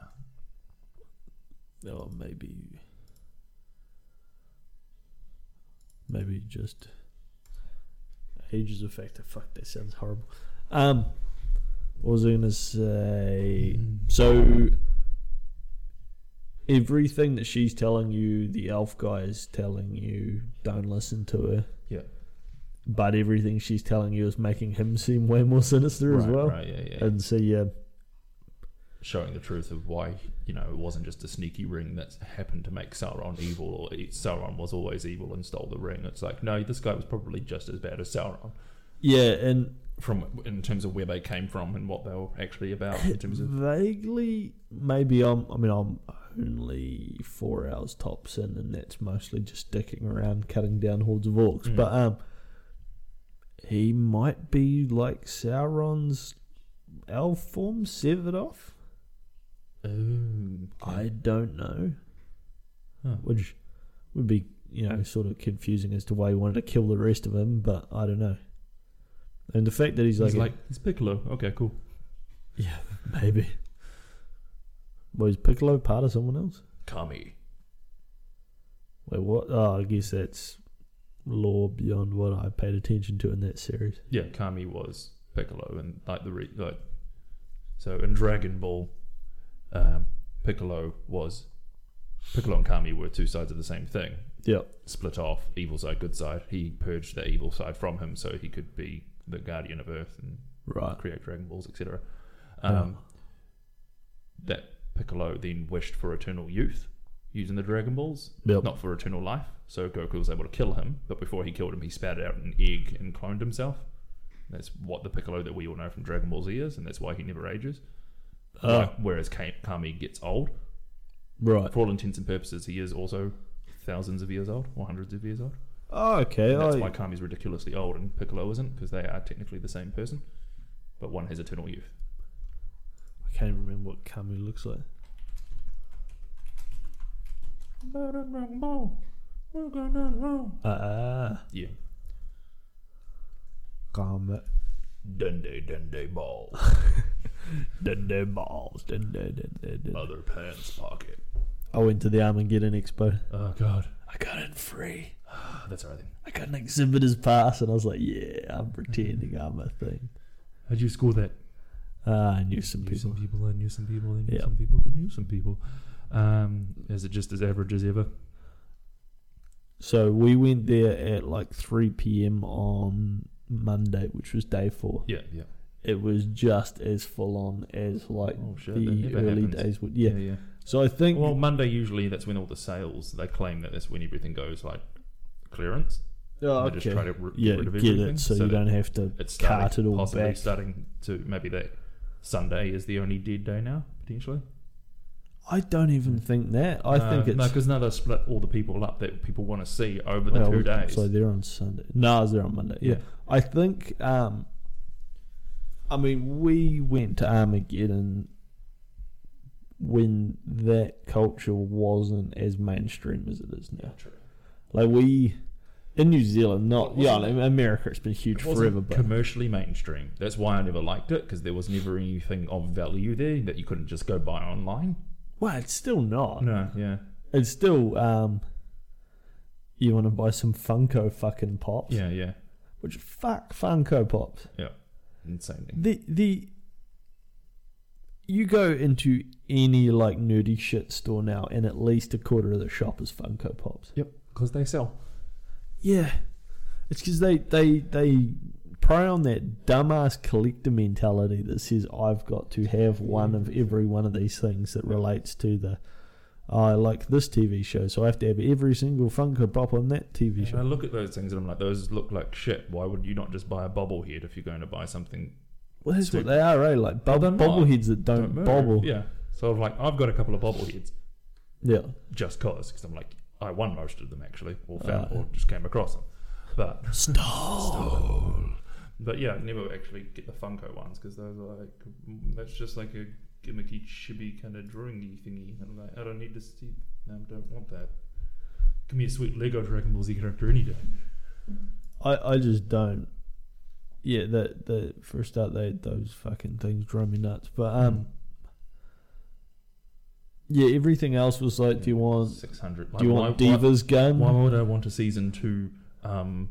A: or maybe maybe just age is a factor. Fuck, that sounds horrible. Um, what was I gonna say?
B: Hmm.
A: So everything that she's telling you, the elf guy is telling you, don't listen to her.
B: Yeah.
A: But everything she's telling you is making him seem way more sinister as
B: Right,
A: well.
B: Right, yeah, yeah.
A: And so yeah,
B: Showing the truth of why, you know, it wasn't just a sneaky ring that happened to make Sauron evil or e- Sauron was always evil and stole the ring. It's like, no, this guy was probably just as bad as Sauron
A: yeah, and
B: from in terms of where they came from and what they were actually about in terms of
A: Vaguely, maybe I'm. I mean, I'm only four hours tops in, and that's mostly just sticking around, cutting down hordes of orcs.
B: Mm.
A: But um, he might be like Sauron's elf form severed off.
B: *laughs* oh,
A: I don't know,
B: Huh.
A: which would be you know sort of confusing as to why he wanted to kill the rest of him. But I don't know. And the fact that he's
B: he's
A: like,
B: like, like it's Piccolo. Okay, cool.
A: *laughs* maybe. Was Piccolo part of someone else?
B: Kami.
A: Wait, what? Oh, I guess that's lore beyond what I paid attention to in that series.
B: Yeah, Kami was Piccolo, and like the re- like, so in Dragon Ball, um, Piccolo was Piccolo and Kami were two sides of the same thing.
A: Yeah.
B: Split off, evil side, good side. He purged the evil side from him, so he could be the guardian of Earth and
A: Right.
B: Um,
A: Um,
B: create Dragon Balls, etc. Um, that Piccolo then wished for eternal youth using the Dragon Balls,
A: Yep.
B: not for eternal life. So Goku was able to kill him, but before he killed him, he spat out an egg and cloned himself. That's what the Piccolo that we all know from Dragon Ball Z is, and that's why he never ages.
A: Oh.
B: Like, whereas Ka- Kami gets old.
A: Right.
B: For all intents and purposes, he is also thousands of years old or hundreds of years old.
A: Oh, okay.
B: And that's
A: I-
B: why Kami's ridiculously old and Piccolo isn't, because they are technically the same person, but one has eternal youth.
A: I can't even remember what Kami looks like. Ah,
B: Yeah.
A: Kami.
B: Dundee, Dundee ball.
A: *laughs* Dun dun balls. Dun dun dun dun dun.
B: Other pants pocket.
A: I went to the Armageddon Expo.
B: Oh, God.
A: I got in free.
B: Ah, That's all right then.
A: I got an exhibitor's pass, and I was like, yeah, I'm pretending I'm a thing.
B: How'd you score that?
A: Uh, I knew some
B: knew
A: people.
B: some people, I knew some people, I knew
A: Yeah.
B: some people, I knew some people. Um, is it just as average as ever?
A: So we went there at like 3 p.m. on Monday, which was day four.
B: Yeah, yeah.
A: It was just as full on as like
B: Oh, shit, that
A: the
B: never
A: early
B: happens.
A: days would. Yeah.
B: yeah.
A: So I think.
B: Well, Monday usually that's when all the sales, they claim that that's when everything goes like clearance.
A: Oh,
B: They
A: okay.
B: just try to r-
A: yeah,
B: get rid of
A: get
B: everything
A: it so,
B: so
A: you
B: that
A: don't have to
B: it's starting,
A: cart it all
B: possibly
A: back.
B: starting to maybe that Sunday is the only dead day now potentially.
A: I don't even think that. I
B: No,
A: think it's
B: no because now they split all the people up that people want to see over the
A: well,
B: two days.
A: So they're on Sunday. No, I was there on Monday. Yeah, I think. Um, I mean, we went to Armageddon when that culture wasn't as mainstream as it is now.
B: true.
A: Like we in New Zealand, not
B: It
A: yeah,
B: wasn't-
A: in America, it's been huge
B: It wasn't
A: forever, but
B: commercially mainstream. That's why I never liked it because there was never anything of value there that you couldn't just go buy online.
A: well, it's still not.
B: No, yeah,
A: It's still. Um, you want to buy some Funko fucking pops?
B: yeah, yeah,
A: Which fuck Funko Pops.
B: yeah. Insane thing.
A: The the you go into any like nerdy shit store now, and at least a quarter of the shop is Funko Pops.
B: Yep, because they sell.
A: Yeah, it's because they they they prey on that dumbass collector mentality that says I've got to have one of every one of these things that relates to the. "Oh, I like this TV show, so I have to have every single Funko Pop on that TV
B: And I
A: show.
B: look at those things and I'm like, those look like shit. Why would you not just buy a bobblehead if you're going to buy something?
A: Well, that's what they are, eh? Like bob-
B: they're not.
A: bobbleheads that don't,
B: move?
A: bobble.
B: Yeah. So I'm like, I've got a couple of bobbleheads
A: yeah.
B: just cause, because I'm like, I won most of them actually, or found,
A: Ah.
B: or just came across them. But
A: Stop.
B: But yeah, I'd never actually get the Funko ones because those are like mm, that's just like a gimmicky chibi kind of drawingy thingy. And I'm like, I don't need to see. I don't want that. Give me a sweet Lego Dragon Ball Z character any day.
A: I, I just don't. Yeah, the the for a start, they those fucking things drive me nuts. But
B: Mm.
A: um, yeah, everything else was like, do you want
B: six hundred?
A: do you want Diva's
B: Why,
A: gun?
B: why would I want a season two um,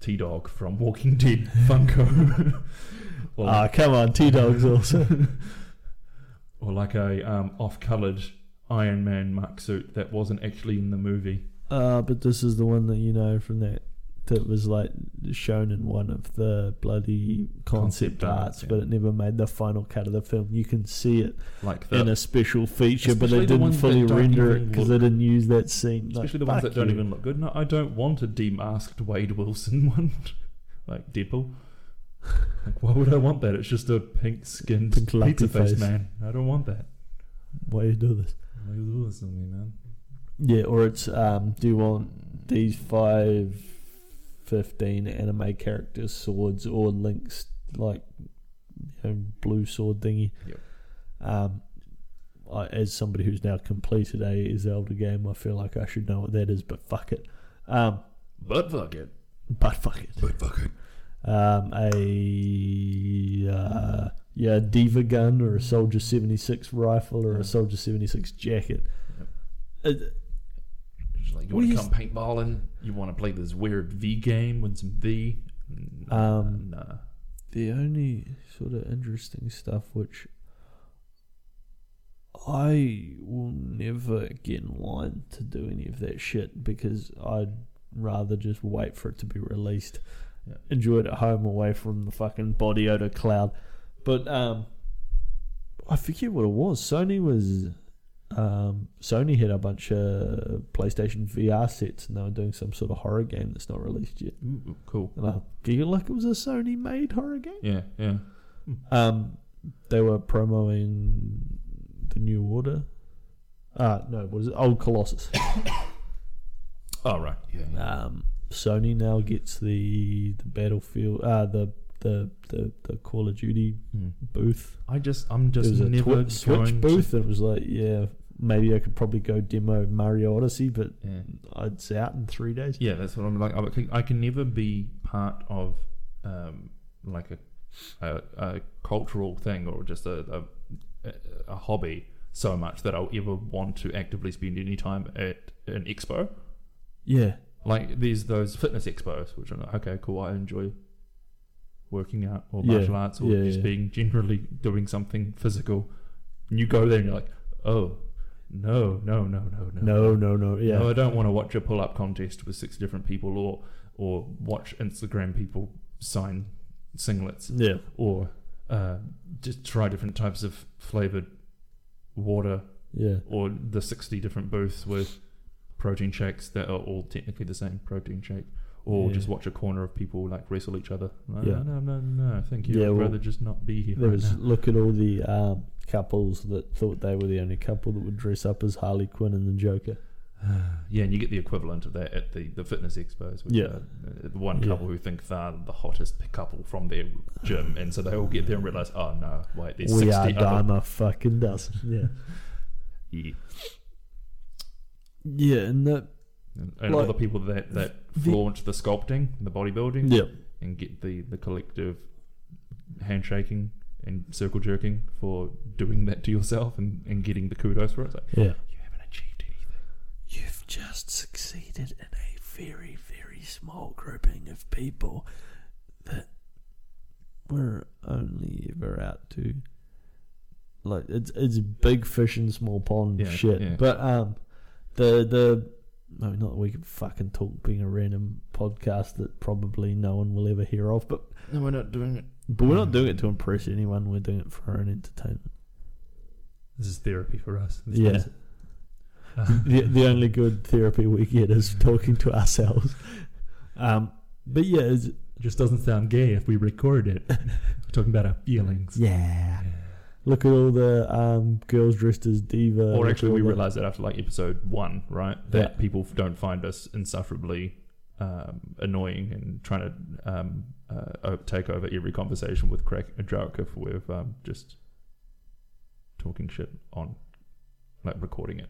B: T Dog from Walking Dead
A: *laughs*
B: Funko? or,
A: Ah, come on, T
B: *laughs*
A: Dog's also.
B: or like a um, off-colored Iron Man muck suit that wasn't actually in the movie.
A: Uh, but this is the one that you know from that that was like shown in one of the bloody concept,
B: Concept arts,
A: arts,
B: yeah.
A: but it never made the final cut of the film. You can see it
B: Like the
A: in a special feature, but
B: Especially the
A: they didn't
B: ones that
A: fully
B: don't
A: render it
B: even
A: because they
B: look-
A: didn't use that scene. Like,
B: Especially the ones
A: fuck
B: that don't
A: you.
B: even look good. No, I don't want a demasked Wade Wilson *laughs* one, like Deadpool. Like, why would I want that? It's just a pink skinned
A: Pink lumpy
B: pizza face
A: face.
B: man. I don't want that.
A: Why you do this?
B: Wade Wilson, you know.
A: Yeah, or it's um, do you want these five, fifteen anime characters, swords, or links like you know, blue sword thingy?
B: Yep.
A: Um, I, as somebody who's now completed a Zelda game, I feel like I should know what that is, but fuck it. Um,
B: But fuck it.
A: but fuck it.
B: But fuck it.
A: Um, a uh, yeah, a diva gun or a soldier seventy six rifle or
B: Yeah.
A: a soldier seventy six jacket.
B: Yep.
A: It-
B: Just like, you
A: What
B: want to
A: is-
B: come paintballing? You want to play this weird V game with some V? Nah,
A: Um,
B: nah.
A: the only sort of interesting stuff which I will never get in line to do any of that shit because I'd rather just wait for it to be released.
B: Yeah.
A: Enjoy it at home away from the fucking body odor cloud. But um I forget what it was. Sony was. Um, Sony had a bunch of PlayStation VR sets, and they were doing some sort of horror game that's not released yet.
B: Ooh, cool.
A: And I feel like it was a Sony-made horror game.
B: Yeah, yeah.
A: Um, they were promoting the New Order. Uh, no, what is it? Old Colossus.
B: Oh, right. Yeah.
A: Um, Sony now gets the the Battlefield, uh, the, the the the Call of Duty
B: Mm.
A: booth.
B: I just, I'm just
A: there was a
B: never
A: Twi-
B: going
A: Switch
B: to-
A: booth, and it was like, yeah, maybe I could probably go demo Mario Odyssey, but
B: Yeah.
A: it's out in three days.
B: Yeah, that's what I'm like. I can, I can never be part of um, like a, a a cultural thing or just a, a a hobby so much that I'll ever want to actively spend any time at an expo.
A: Yeah,
B: Like there's those fitness expos, which I'm like, okay, cool. I enjoy working out or
A: Yeah,
B: martial arts or
A: yeah,
B: just
A: yeah.
B: being generally doing something physical. And you go there and you're like, oh, no, no, no, no, no,
A: no, no, no, yeah,
B: no, I don't want to watch a pull-up contest with six different people, or or watch Instagram people sign singlets,
A: yeah,
B: or uh, just try different types of flavored water,
A: yeah,
B: or the sixty different booths with protein shakes that are all technically the same protein shake, or
A: Yeah.
B: just watch a corner of people like wrestle each other. No,
A: Yeah.
B: no, no, no, thank you.
A: Yeah,
B: I'd
A: well,
B: rather just not be here.
A: There
B: right
A: was
B: now.
A: look at all the um, couples that thought they were the only couple that would dress up as Harley Quinn and the Joker.
B: Yeah, and you get the equivalent of that at the, the fitness expos. Which
A: Yeah.
B: are, uh, the one
A: Yeah.
B: couple who think they're the hottest couple from their gym, and so they all get there and realize, oh no, wait, there's
A: we are
B: sixty other.
A: dime a fucking dozen. Yeah,
B: Yeah.
A: *laughs* yeah, and that
B: And, and all
A: Like,
B: the people that that
A: the-
B: flaunt the sculpting, the bodybuilding,
A: yeah,
B: and get the the collective handshaking and circle jerking for doing that to yourself and, and getting the kudos for it. It's like,
A: yeah.
B: you haven't achieved anything.
C: You've just succeeded in a very, very small grouping of people.
A: we're only ever out to like it's it's big fish in small pond
B: Yeah,
A: shit.
B: yeah.
A: But um, the the no, not that we can fucking talk being a random podcast that probably no one will ever hear of. But
B: No, we're not doing it.
A: but we're not doing it to impress anyone. We're doing it for our own entertainment.
B: This is therapy for us. Let's
A: Yeah.
B: face it.
A: *laughs* the the only good therapy we get is talking to ourselves. Um, but yeah, it's,
B: It just doesn't sound gay if we record it. *laughs* We're talking about our feelings.
A: yeah. Look at all the um, girls dressed as diva. look
B: Or
A: at
B: actually,
A: all
B: we
A: the-
B: realized that after like episode one, right? That people don't find us insufferably um, annoying and trying to um, uh, o- take over every conversation with crack a joke if we're um, just talking shit on, like recording it.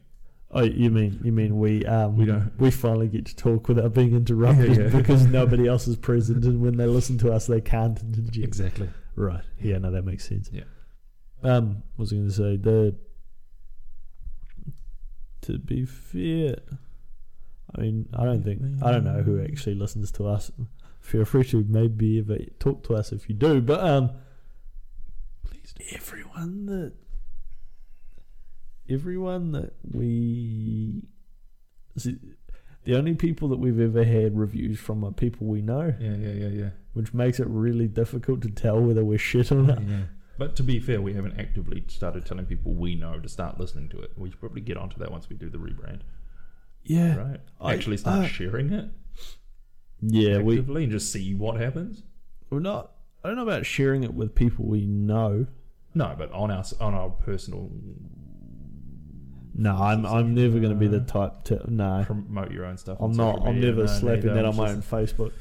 A: Oh, you mean you mean we um
B: We don't.
A: we finally get to talk without
B: *laughs*
A: being interrupted
B: Yeah, yeah.
A: because nobody else is present, and when they listen to us, they can't interject.
B: Exactly.
A: Right? Yeah, no, that makes sense.
B: Yeah.
A: Um, what was I going to say? The to be fair, I mean, I don't think I don't know who actually listens to us. Feel free to maybe ever talk to us if you do, but um,
B: Please do.
A: everyone that everyone that we see, the only people that we've ever had reviews from are people we know,
B: Yeah, yeah, yeah, yeah.
A: which makes it really difficult to tell whether we're shit or not.
B: yeah. But to be fair, we haven't actively started telling people we know to start listening to it. We should probably get onto that once we do the rebrand,
A: Yeah,
B: right?
A: I-
B: Actually, start
A: I-
B: sharing it
A: yeah, we
B: actively and just see what happens.
A: we're not. I don't know about sharing it with people we know.
B: No, but on our on our personal
A: No, I'm I'm never going to be the type to no.
B: promote your own stuff.
A: I'm
B: on
A: not.
B: social
A: I'm
B: media,
A: never
B: no,
A: slapping
B: neither.
A: that on
B: It's
A: my
B: just-
A: own Facebook.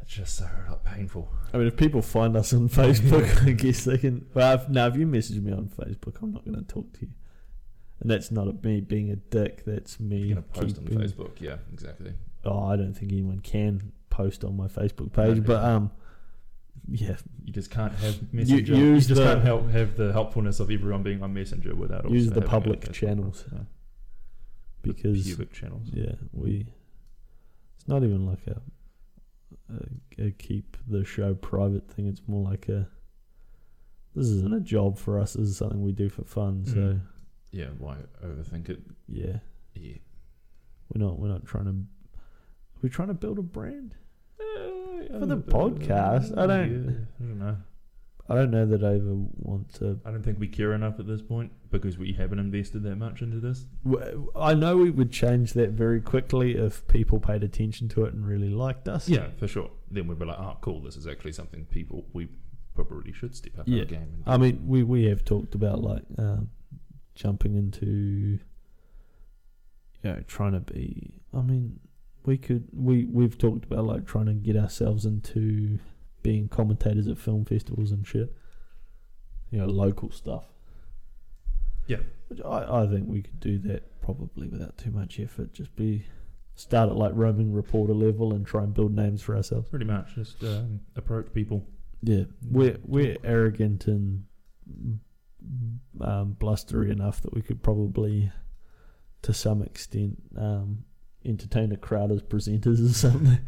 B: It's just so like, painful.
A: I mean, if people find us *laughs* on Facebook, I guess they can. Well, if, now if you message me on Facebook, I'm not going to talk to you. And that's not me being a dick. That's me.
B: You're gonna post on
A: keeping-
B: Facebook, yeah, exactly.
A: Oh, I don't think anyone can post on my Facebook page.
B: Okay.
A: But um, yeah,
B: You just can't have messenger. You,
A: use
B: just
A: the-
B: can't help have the helpfulness of everyone being on messenger without also
A: use the
B: having a
A: public
B: Facebook.
A: channels
B: Yeah. The
A: because
B: pubic channels.
A: yeah, we. It's not even like a, a, a keep the show private thing. It's more like a. This isn't a job for us. This is something we do for fun. So
B: Mm. Yeah, why overthink it?
A: yeah.
B: Yeah,
A: We're not. We're not trying to. We're trying to build a brand.
B: for
A: the Uh, podcast, I don't-
B: I don't know.
A: I don't know that I ever want to.
B: I don't think we care enough at this point because we haven't invested that much into this.
A: w- I know we would change that very quickly if people paid attention to it and really liked us.
B: Yeah, for sure. Then we'd be like, oh, cool, this is actually something people, we probably should step up
A: Yeah. Um,
B: our game. And
A: I mean, we, we have talked about like um, jumping into, you know, trying to be. I mean, we could we we've talked about like trying to get ourselves into being commentators at film festivals and shit. You know, local stuff.
B: Yeah.
A: Which I I think we could do that probably without too much effort. Just be start at like roaming reporter level and try and build names for ourselves.
B: pretty much just um, approach people.
A: Yeah, we're we're
B: Talk.
A: arrogant and um, blustery enough that we could probably, to some extent, um, entertain a crowd as presenters or something.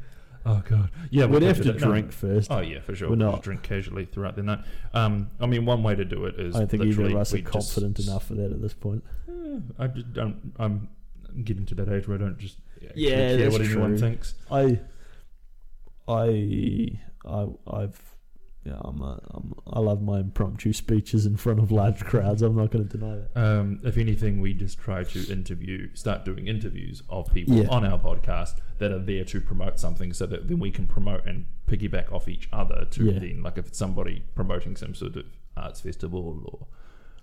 B: Oh, God. Yeah,
A: We'd
B: we
A: have
B: could
A: to
B: do that. No.
A: drink first.
B: Oh yeah, for sure.
A: We're
B: We'll
A: not.
B: Just drink casually throughout the night. Um, I mean, one way to do it is
A: I don't think either
B: literally
A: of us
B: we
A: are
B: just-
A: confident enough for that at this point.
B: Eh, I just don't. I'm I'm getting to that age where I don't just actually
A: Yeah,
B: care
A: that's
B: what anyone
A: true.
B: thinks.
A: I, I, I, I've. Yeah, I'm a, I'm, I love my impromptu speeches in front of large crowds. I'm not going to deny that.
B: Um, if anything, we just try to interview, start doing interviews of people
A: Yeah.
B: on our podcast that are there to promote something, so that then we can promote and piggyback off each other. To
A: Yeah.
B: then, like, if it's somebody promoting some sort of arts festival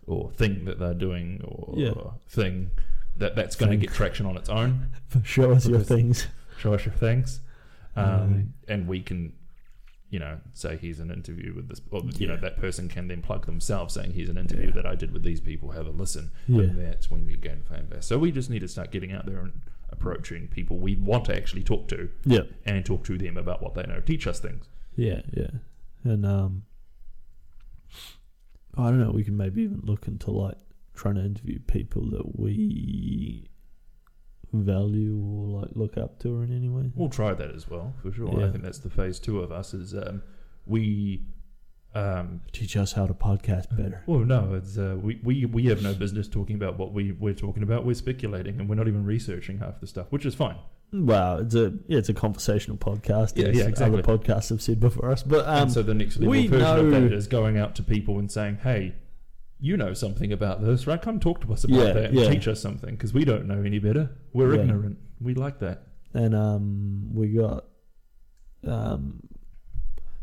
B: or or thing that they're doing or
A: Yeah.
B: thing that that's going to
A: Thing.
B: get traction on its own.
A: Show us your
B: Because-
A: things.
B: show us your things, um,
A: Right.
B: and we can, you know, say here's an interview with this, or you know,
A: Yeah.
B: that person can then plug themselves saying here's an interview
A: Yeah.
B: that I did with these people. Have a listen,
A: Yeah.
B: and that's when we gain fan base. So we just need to start getting out there and approaching people we want to actually talk to
A: Yeah.
B: and talk to them about what they know. Teach us things.
A: Yeah, yeah, and um, I don't know. We can maybe even look into like trying to interview people that we value or like look up to in any way.
B: We'll try that as well for sure. I
A: Yeah.
B: think that's the phase two of us is um, we. Um,
A: Teach us how to podcast better.
B: Well, no, it's uh, we, we we have no business talking about what we we're talking about. We're speculating, and we're not even researching half the stuff, which is fine.
A: Wow, it's a yeah, it's a conversational podcast.
B: Yeah,
A: as
B: yeah, exactly.
A: Other podcasts have said before us, but um,
B: and so the next level
A: we
B: version of
A: know-
B: that is going out to people and saying, "Hey, you know something about this, right? Come talk to us about
A: Yeah,
B: that and
A: yeah.
B: teach us something because we don't know any better. We're
A: Yeah.
B: ignorant. We like that."
A: and um, we got um,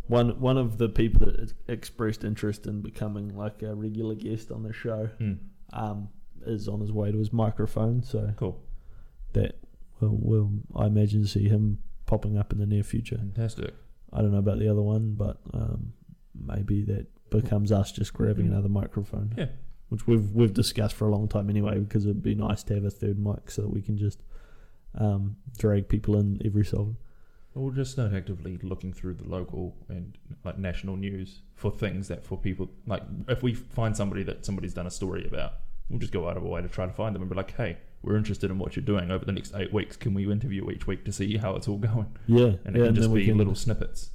A: one one of the people that ex- expressed interest in becoming like a regular guest on the show.
B: Hmm,
A: um, is on his way to his microphone, so
B: cool,
A: that will will I imagine see him popping up in the near future.
B: fantastic.
A: I don't know about the other one, but um, maybe that becomes us just grabbing
B: Mm.
A: another microphone.
B: Yeah.
A: which we've we've discussed for a long time anyway, because it'd be nice to have a third mic so that we can just um, drag people in every so often.
B: We'll just start actively looking through the local and like national news for things that for people like if we find somebody that somebody's done a story about, we'll just go out of our way to try to find them and be like, hey, we're interested in what you're doing over the next eight weeks. Can we interview each week to see how it's all going?
A: Yeah,
B: And it
A: yeah,
B: can just
A: then we
B: be
A: can-
B: little snippets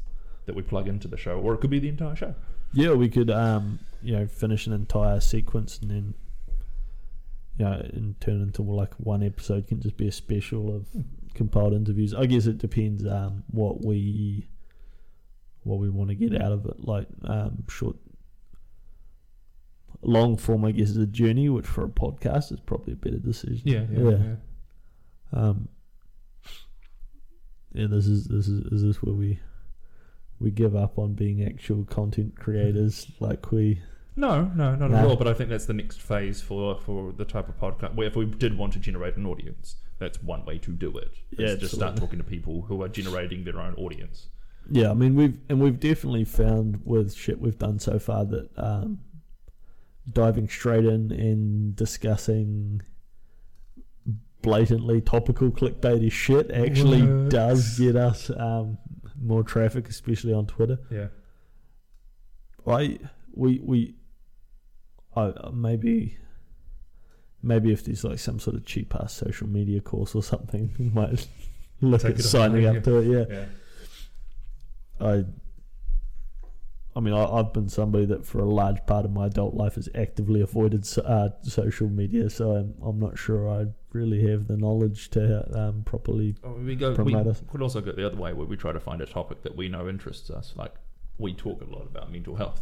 B: that we plug into the show, or it could be the entire show.
A: Yeah, we could, um, you know, finish an entire sequence and then, you know, and turn into like one episode can just be a special of compiled interviews. I guess it depends um, what we what we want to get out of it. Like um, short, long form, I guess, is a journey, which for a podcast is probably a better decision. Um, yeah, this is this is is this where we we give up on being actual content creators? Like we,
B: No, no, not at
A: No.
B: all. But I think that's the next phase for for the type of podcast. Where if we did want to generate an audience, that's one way to do it. is
A: Yeah,
B: just start
A: absolutely.
B: talking to people who are generating their own audience.
A: yeah, I mean we've and we've definitely found with shit we've done so far that um, diving straight in and discussing blatantly topical clickbaity shit actually
B: Works.
A: does get us um, more traffic, especially on Twitter.
B: Yeah,
A: I we we I maybe maybe if there's like some sort of cheap ass social media course or something, *laughs* we might look
B: Take
A: at
B: it on,
A: signing
B: yeah.
A: up to it.
B: yeah.
A: Yeah, I. I mean, I, I've been somebody that for a large part of my adult life has actively avoided so, uh, social media, so I'm, I'm not sure I really have the knowledge to um, properly.
B: Or Oh, we go. We
A: Promote us.
B: could also go the other way, where we try to find a topic that we know interests us. Like we talk a lot about mental health,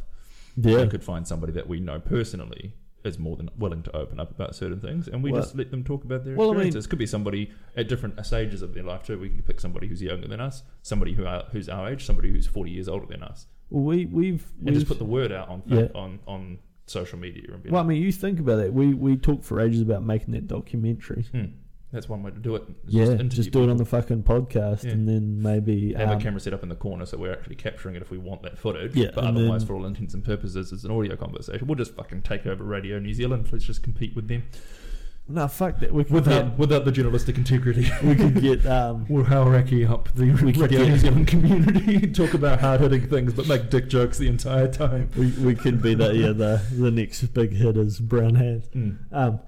A: Yeah.
B: I could find somebody that we know personally is more than willing to open up about certain things, and we
A: Well-
B: just let them talk about their
A: Well, I mean-
B: experiences. could be somebody at different stages of their life too. We could pick somebody who's younger than us, somebody who are, who's our age, somebody who's forty years older than us,
A: Well, we we've,
B: and
A: we've
B: just put the word out on
A: Yeah.
B: on on social media and be
A: well, I
B: like,
A: mean, you think about it. We we talked for ages about making that documentary.
B: "Hmm, that's one way to do it. It's
A: yeah,
B: interview
A: just, do it on the fucking podcast,
B: Yeah.
A: and then maybe
B: have
A: um,
B: a camera set up in the corner so we're actually capturing it if we want that footage.
A: Yeah,
B: but
A: and
B: otherwise,
A: then-
B: for all intents and purposes, it's an audio conversation. We'll just fucking take over Radio New Zealand. Let's just compete with them
A: no fuck that. We could
B: without
A: get,
B: without the journalistic integrity.
A: we *laughs* could get um,
B: We'll hierarchy up the
A: We could
B: Radio
A: get-
B: New Zealand community, *laughs* talk about hard hitting things, but make dick jokes the entire time.
A: we, we could be the yeah the the next big hit is brown hand.
B: Hmm,
A: Um,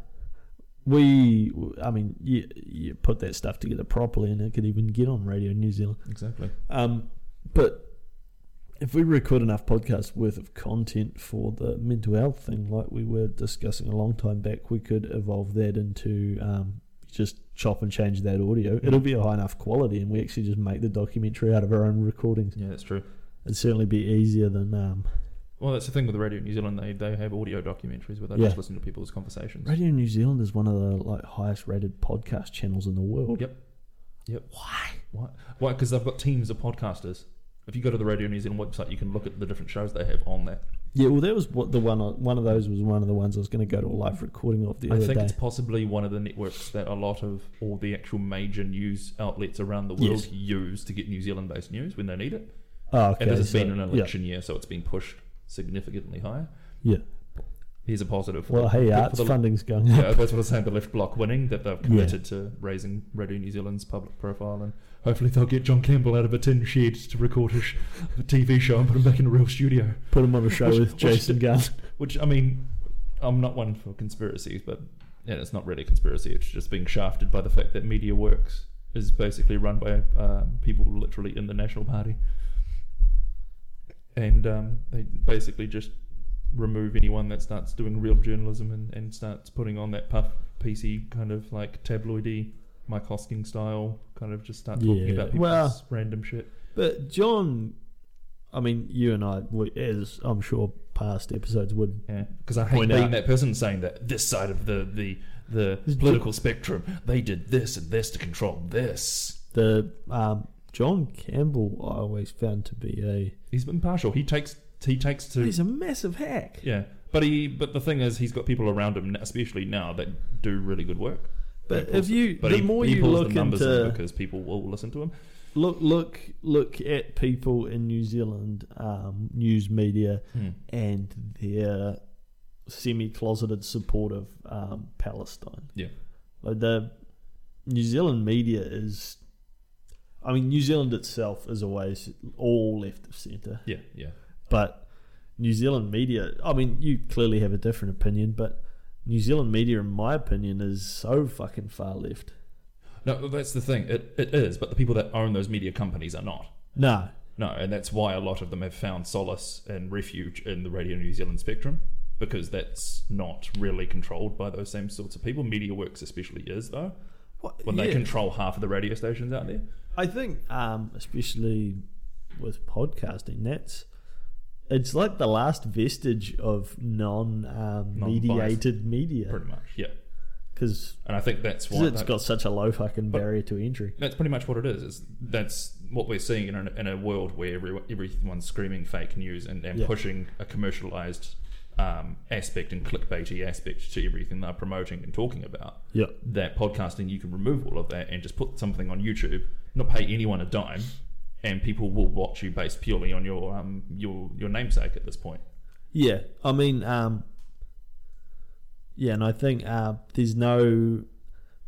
A: we I mean you you put that stuff together properly, and it could even get on Radio New Zealand.
B: exactly.
A: Um, but if we record enough podcasts worth of content for the mental health thing, like we were discussing a long time back, we could evolve that into um, just chop and change that audio.
B: Mm.
A: It'll be a high enough quality, and we actually just make the documentary out of our own recordings.
B: Yeah, that's true.
A: It'd certainly be easier than um,
B: Well, that's the thing with Radio New Zealand. They they have audio documentaries where they
A: Yeah.
B: just listen to people's conversations.
A: Radio New Zealand is one of the like highest rated podcast channels in the world.
B: Yep. Yep. Why? Why? Why? Because they've got teams of podcasters. If you go to the Radio New Zealand website, you can look at the different shows they have on that.
A: Yeah, well, that was what the one. I- One of those was one of the ones I was going to go to a live recording of the
B: I
A: other
B: think
A: day.
B: it's possibly one of the networks that a lot of all the actual major news outlets around the world
A: Yes.
B: use to get New Zealand-based news when they need it.
A: oh, okay.
B: And this has
A: so-
B: been an
A: yeah,
B: election year, so it's been pushed significantly higher.
A: Yeah.
B: Here's a positive. For
A: Well,
B: the,
A: hey, uh,
B: for
A: arts
B: the-
A: funding's going up.
B: *laughs* yeah, that's what I'm saying. The left block winning that they've committed to raising Radio New Zealand's public profile, and hopefully they'll get John Campbell out of a tin shed to record his TV show and put him back in a real studio.
A: Put him on a show
B: Which-
A: with
B: which-
A: Jason Gunn.
B: Which I mean, I'm not one for conspiracies, but yeah, it's not really a conspiracy. It's just being shafted by the fact that Media Works is basically run by uh, people literally in the National Party, and um, they basically just remove anyone that starts doing real journalism and, and starts putting on that puff PC kind of like tabloidy Mike Hosking style kind of just start talking
A: Yeah.
B: about people's
A: Well-
B: random shit.
A: But John, I mean, you and I, we, as I'm sure past episodes would.
B: Yeah, because I hate
A: Point
B: being
A: out-
B: that person saying that this side of the the the
A: It's
B: political spectrum they did this and this to control this.
A: The um, John Campbell, I always found to be a
B: He's impartial. He takes he takes to
A: he's a massive hack.
B: yeah. But he but the thing is, he's got people around him, especially now, that do really good work.
A: But
B: He pulls
A: if you,
B: But
A: the
B: he,
A: more
B: he
A: you
B: pulls
A: look
B: the numbers in
A: into
B: because people will listen to him.
A: look, look, look at people in New Zealand um, news media
B: Hmm.
A: and their semi-closeted support of um, Palestine.
B: Yeah.
A: like the New Zealand media is. I mean, New Zealand itself is always all left of centre,
B: Yeah, yeah,
A: but New Zealand media. I mean, you clearly have a different opinion, but New Zealand media, in my opinion, is so fucking far left.
B: No, that's the thing. It it is, but the people that own those media companies are not.
A: No,
B: No, and that's why a lot of them have found solace and refuge in the Radio New Zealand spectrum because that's not really controlled by those same sorts of people. Media Works especially is though,
A: what,
B: when they
A: yeah.
B: control half of the radio stations out there.
A: I think, um, especially with podcasting, that's it's like the last vestige of non um,
B: Non-biased.
A: mediated media
B: Pretty much, yeah.
A: because
B: And I think that's why
A: it's
B: that-
A: got such a low fucking barrier to entry.
B: that's pretty much what it is. Is that's what we're seeing in a, in a world where everyone, everyone's screaming fake news and, and
A: Yeah.
B: pushing a commercialized um, aspect and clickbaity aspect to everything they're promoting and talking about.
A: Yeah,
B: that podcasting, you can remove all of that and just put something on YouTube, not pay anyone a dime, and people will watch you based purely on your um your your namesake at this point.
A: yeah. I mean, um, yeah, and I think uh, there's no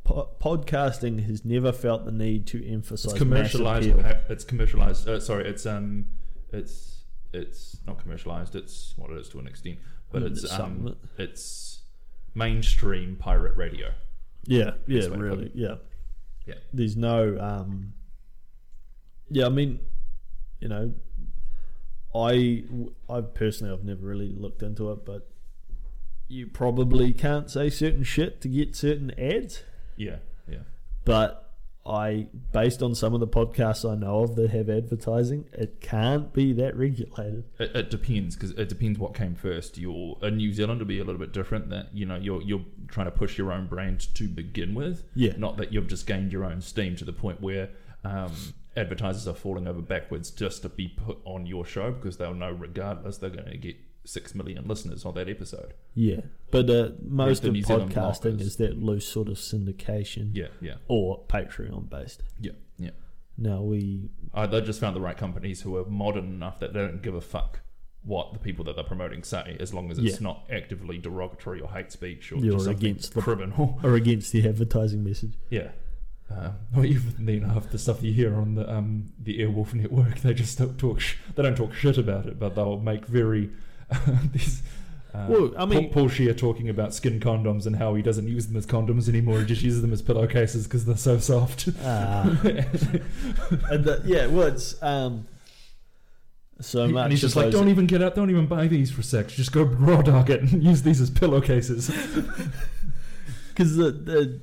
A: po- podcasting has never felt the need to emphasize
B: It's
A: mass
B: commercialized.
A: appeal.
B: It's commercialized. Uh, sorry, it's um, it's it's not commercialized. It's what it is to an extent, but
A: Mm,
B: it's
A: it's some
B: um,
A: of
B: it's mainstream pirate radio.
A: Yeah, yeah,
B: That's what I
A: really,
B: put
A: yeah.
B: Yeah.
A: There's no, um, yeah. I mean, you know, I, I personally, I've never really looked into it, but you probably can't say certain shit to get certain ads.
B: Yeah, yeah.
A: But I, based on some of the podcasts I know of that have advertising, it can't be that regulated.
B: It, it depends because it depends what came first. Your in New Zealand will be a little bit different. That you know you're you're trying to push your own brand to begin with.
A: Yeah.
B: Not that you've just gained your own steam to the point where um, advertisers are falling over backwards just to be put on your show because they'll know regardless they're going to get six million listeners on that episode.
A: Yeah, but uh, most
B: the
A: of
B: New Zealand
A: podcasting
B: market
A: is that loose sort of syndication
B: Yeah, yeah,
A: or Patreon based.
B: yeah, yeah.
A: Now we
B: Uh, they just found the right companies who are modern enough that they don't give a fuck what the people that they're promoting say, as long as it's
A: Yeah.
B: not actively derogatory or hate speech or
A: You're
B: just something
A: against the-
B: criminal.
A: are against the advertising message.
B: yeah. Uh, *laughs* or even then, half the stuff you hear on the um, the Airwolf Network, *laughs* they just don't talk. Sh- they don't talk shit about it, but they'll make very *laughs* these. Uh,
A: Well, I mean-
B: Paul, Paul Scheer talking about skin condoms and how he doesn't use them as condoms anymore; he just uses them as pillowcases because they're
A: *laughs*
B: so soft.
A: Ah. and the, yeah, well, it's um, so much.
B: and he's just
A: of
B: like,
A: those-
B: don't even get out, don't even buy these for sex. Just go raw dog it and *laughs* use these as pillowcases.
A: Because e-" the, the,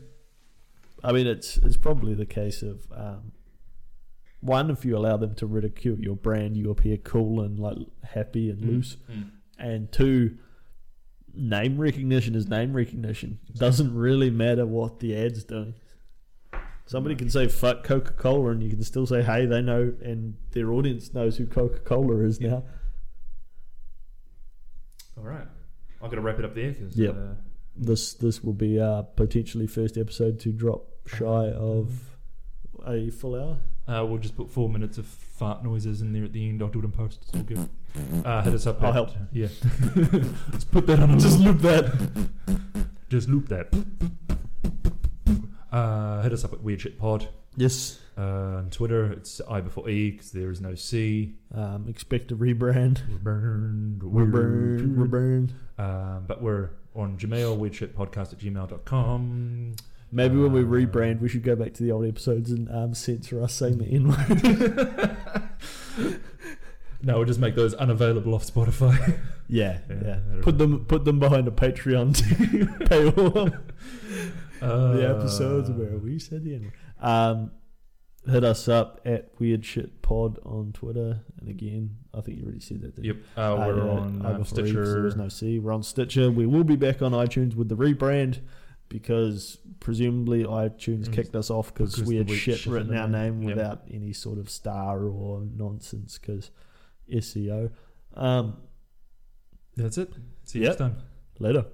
A: I mean, it's it's probably the case of um, one if you allow them to ridicule your brand, you appear cool and like happy and loose, and two, name recognition is name recognition. Doesn't really matter what the ad's doing. Somebody can say fuck Coca Cola, and you can still say, hey, they know, and their audience knows who Coca Cola is now.
B: All right. I've got to wrap it up there because
A: Yep. uh, This this will be our potentially first episode to drop shy of a full hour.
B: Uh, we'll just put four minutes of fart noises in there at the end. I'll do it in post. It's all good. Uh, hit us up.
A: I'll
B: at-
A: help. *laughs*
B: Yeah. Let's put that on a
A: Just
B: loop.
A: loop that.
B: Just loop that. Uh, hit us up at Weird Shit Pod.
A: Yes.
B: Uh, on Twitter, it's I before E because there is no C.
A: Um, expect a rebrand.
B: We're burned. We're
A: Rebrand. Rebrand.
B: Um, but we're on Gmail, weirdshitpodcast at gmail.com.
A: Maybe when we
B: Uh,
A: rebrand, we should go back to the old episodes and um, censor us saying the N word.
B: No, we'll just make those unavailable off Spotify.
A: Yeah, yeah.
B: Yeah, that'll-
A: Put them put them behind a Patreon
B: *laughs*
A: to pay all
B: Uh,
A: the episodes where we said the N word. Um, hit us up at Weird Shit Pod on Twitter. And again, I think you already said that. Didn't
B: Yep, uh,
A: you?
B: we're
A: Uh,
B: on
A: I
B: um,
A: before Eve, so
B: Stitcher.
A: There's no C. We're on Stitcher. We will be back on iTunes with the rebrand because presumably iTunes
B: Mm.
A: kicked us off because
B: Because
A: we
B: the
A: had
B: weird
A: shit
B: shit
A: written
B: in
A: our
B: the
A: name
B: name. Yep.
A: without any sort of star or nonsense because SEO. Um,
B: That's it. See you
A: Yep.
B: next time.
A: later.